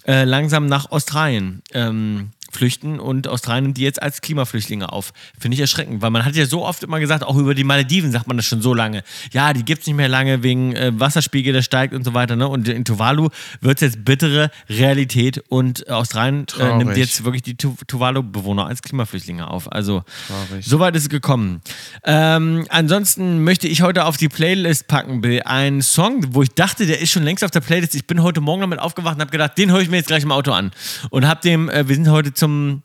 äh, langsam nach Australien ähm, flüchten und Australien nimmt die jetzt als Klimaflüchtlinge auf. Finde ich erschreckend, weil man hat ja so oft immer gesagt, auch über die Malediven sagt man das schon so lange. Ja, die gibt es nicht mehr lange wegen äh, Wasserspiegel, der steigt und so weiter. Ne? Und in Tuvalu wird es jetzt bittere Realität und Australien äh, nimmt
Traurig.
jetzt wirklich die tu Tuvalu-Bewohner als Klimaflüchtlinge auf. Also
Traurig.
soweit ist es gekommen. Ähm, ansonsten möchte ich heute auf die Playlist packen, Bill, einen Song, wo ich dachte, der ist schon längst auf der Playlist. Ich bin heute Morgen damit aufgewacht und habe gedacht, den höre ich mir jetzt gleich im Auto an. Und hab dem, äh, wir sind heute zum,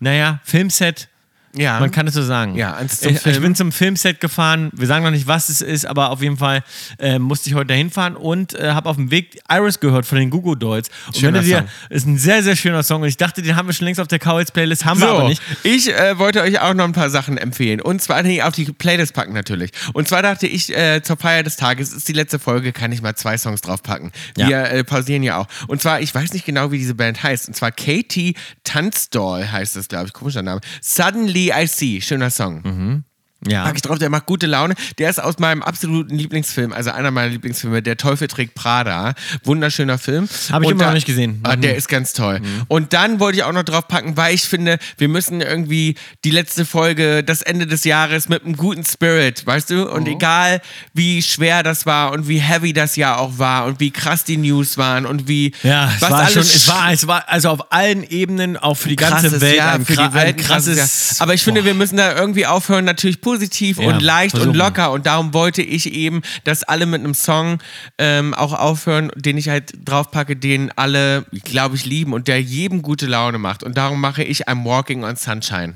naja, Filmset.
Ja.
Man kann es so sagen.
Ja, eins zum
ich, ich
Film.
bin zum Filmset gefahren. Wir sagen noch nicht, was es ist, aber auf jeden Fall äh, musste ich heute dahin fahren und äh, habe auf dem Weg Iris gehört von den Google Dolls. Und wenn
Schöner
du dir,
Song.
ist ein sehr, sehr schöner Song und ich dachte, den haben wir schon längst auf der Cowboys Playlist, haben wir aber
So,
nicht.
ich äh, wollte euch auch noch ein paar Sachen empfehlen. Und zwar nee, auf die Playlist packen natürlich. Und zwar dachte ich, äh, zur Feier des Tages ist die letzte Folge, kann ich mal zwei Songs draufpacken.
Ja.
Wir äh, pausieren ja auch. Und zwar, ich weiß nicht genau, wie diese Band heißt. Und zwar Katie Tanzdoll heißt das, glaube ich. Komischer Name. Suddenly I See. Schöner Song.
Ja.
Pack ich drauf, der macht gute Laune. Der ist aus meinem absoluten Lieblingsfilm, also einer meiner Lieblingsfilme, Der Teufel trägt Prada. Wunderschöner Film.
Hab ich
Und
immer noch
da-
nicht gesehen. Mhm.
Ah, der ist ganz toll. Und dann wollte ich auch noch drauf packen, weil ich finde, wir müssen irgendwie die letzte Folge, das Ende des Jahres mit einem guten Spirit, weißt du?
Mhm.
Und egal, wie schwer das war und wie heavy das Jahr auch war und wie krass die News waren und wie
Ja, es
was
war
alles
schon, es war, es war also auf allen Ebenen, auch für die ganze
krasses
Welt,
Jahr,
ein,
für
kra
die Welt
ein krasses.
Jahr. Aber ich finde, wir müssen da irgendwie aufhören, natürlich positiv
Ja,
und leicht
versuchen
und
wir.
locker. Und darum wollte ich eben, dass alle mit einem Song ähm, auch aufhören, den ich halt draufpacke, den alle, glaube ich, lieben und der jedem gute Laune macht. Und darum mache ich I'm Walking on Sunshine.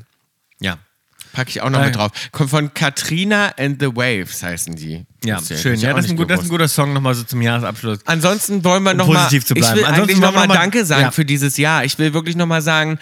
ja.
Packe ich auch noch
Ah,
mit
ja.
drauf. Kommt von Katrina and the Waves heißen die.
Ja,
Wusste ich
schön.
nicht,
Ja,
auch
das ist, ein
nicht
gut, das ist ein
gewusst.
guter Song nochmal so zum Jahresabschluss.
Ansonsten wollen wir nochmal.
Um positiv zu
Ich
bleiben.
will
Ansonsten
eigentlich
wollen wir
nochmal
noch mal-
Danke sagen
Ja.
für dieses Jahr. Ich will wirklich nochmal sagen,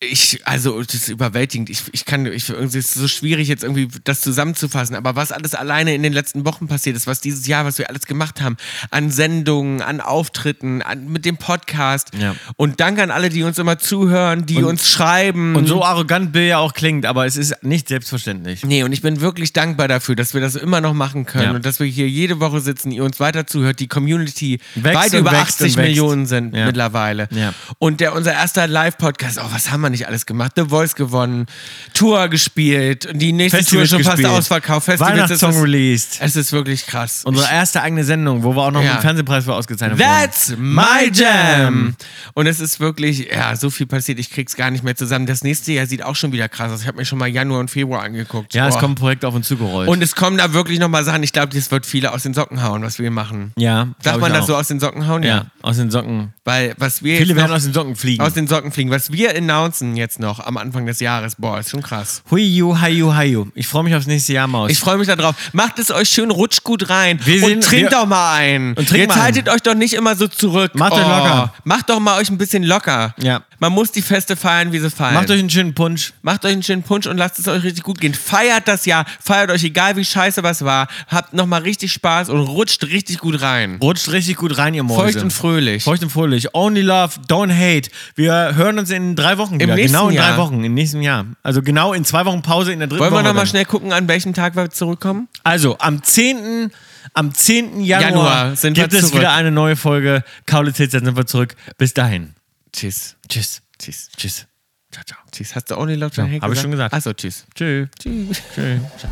ich, also, das ist überwältigend. Ich, ich kann, ich, irgendwie ist es so schwierig, jetzt irgendwie das zusammenzufassen. Aber was alles alleine in den letzten Wochen passiert ist, was dieses Jahr, was wir alles gemacht haben, an Sendungen, an Auftritten, an, mit dem Podcast.
Ja.
Und danke an alle, die uns immer zuhören, die uns schreiben.
Und so arrogant Bill ja auch klingt, aber es ist nicht selbstverständlich.
Nee, und ich bin wirklich dankbar dafür, dass wir das immer noch machen können
Ja.
und dass wir hier jede Woche sitzen, ihr uns weiter zuhört, die Community
Wächst
weit
und
über
wächst
80
und wächst.
Millionen sind
Ja.
mittlerweile.
Ja.
Und der unser erster Live-Podcast, oh, was haben wir nicht alles gemacht? The Voice gewonnen, Tour gespielt, die nächste
Festivals
Tour schon fast
gespielt.
ausverkauft, Festivals es
Weihnachtssong
ist,
released.
es ist wirklich krass.
Unsere erste eigene Sendung, wo wir auch noch
Ja.
einen Fernsehpreis für ausgezeichnet
That's
wurden.
my jam! Und es ist wirklich, ja, so viel passiert, ich krieg's gar nicht mehr zusammen. Das nächste Jahr sieht auch schon wieder krass aus. Ich habe mir schon mal Januar und Februar angeguckt.
Ja, es
Boah.
kommt ein Projekt auf uns zugerollt.
Und es kommen da wirklich nochmal Sachen. Ich glaube, das wird viele aus den Socken hauen, was wir machen.
ja, glaub
Sagt
ich
man das
auch.
so aus den Socken hauen?
Ja, aus den Socken.
Weil was wir
Viele
jetzt
werden
noch
aus den Socken fliegen.
aus den Socken fliegen, was wir announcen jetzt noch am Anfang des Jahres, boah, ist schon krass.
Huiu, haiu, haiu. Ich freue mich aufs nächste Jahr, Maus.
Ich freue mich darauf. Macht es euch schön, rutscht gut rein
Wir
und
sehen-
trinkt
wir-
doch mal ein.
Und trinkt
jetzt
mal
haltet euch doch nicht immer so zurück. Oh.
Macht euch locker.
Macht doch mal euch ein bisschen locker.
Ja.
Man muss die Feste feiern, wie sie fallen.
Macht euch einen schönen Punsch.
Macht euch einen schönen Punsch und lasst es euch richtig gut gehen. Feiert das Jahr, feiert euch, egal wie scheiße was war. Habt nochmal richtig Spaß und rutscht richtig gut rein.
Rutscht richtig gut rein, ihr Mäuse.
Feucht und fröhlich.
Feucht und fröhlich. Only love, don't hate. Wir hören uns in drei Wochen wieder.
nächsten
genau in
Jahr.
drei Wochen, im nächsten Jahr. Also genau in zwei Wochen Pause in der dritten
Wollen wir
Woche.
nochmal
dann.
schnell gucken, an welchem Tag wir zurückkommen?
Also am 10. Am 10. Januar,
Januar sind wir
gibt es
zurück.
wieder eine neue Folge. Kaulitz Hits, dann sind wir zurück. Bis dahin.
Tschüss.
Tschüss.
Tschüss.
Tschüss. Ciao, ciao.
Tschüss. Hast du auch nicht laut ja,
hab ich schon gesagt.
Achso, tschüss.
Tschüss.
Tschüss.
Tschüss.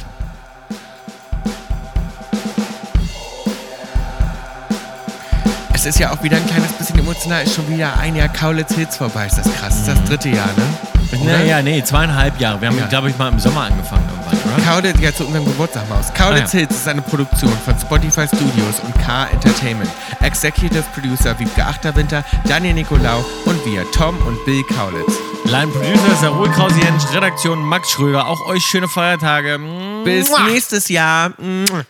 Es ist ja auch wieder ein kleines bisschen emotional. Ist schon wieder ein Jahr Kaulitz Hills vorbei. Ist das krass? Ist
Mhm.
das dritte Jahr, ne? Oder?
Naja, nee, zweieinhalb Jahre. Wir haben,
Ja.
glaube ich, mal im Sommer angefangen irgendwann, oder?
Kaulitz, ja, zu unserem Geburtstag mal aus. Kaulitz
Ah, ja.
Hills ist eine Produktion von Spotify Studios und K Entertainment. Executive Producer Wiebke Achterwinter, Daniel Nicolau und wir, Tom und Bill Kaulitz.
Line Producer ist der Ruhl Krause Jensch, Redaktion Max Schröder. Auch euch schöne Feiertage.
Bis
Mua.
nächstes Jahr. Mua.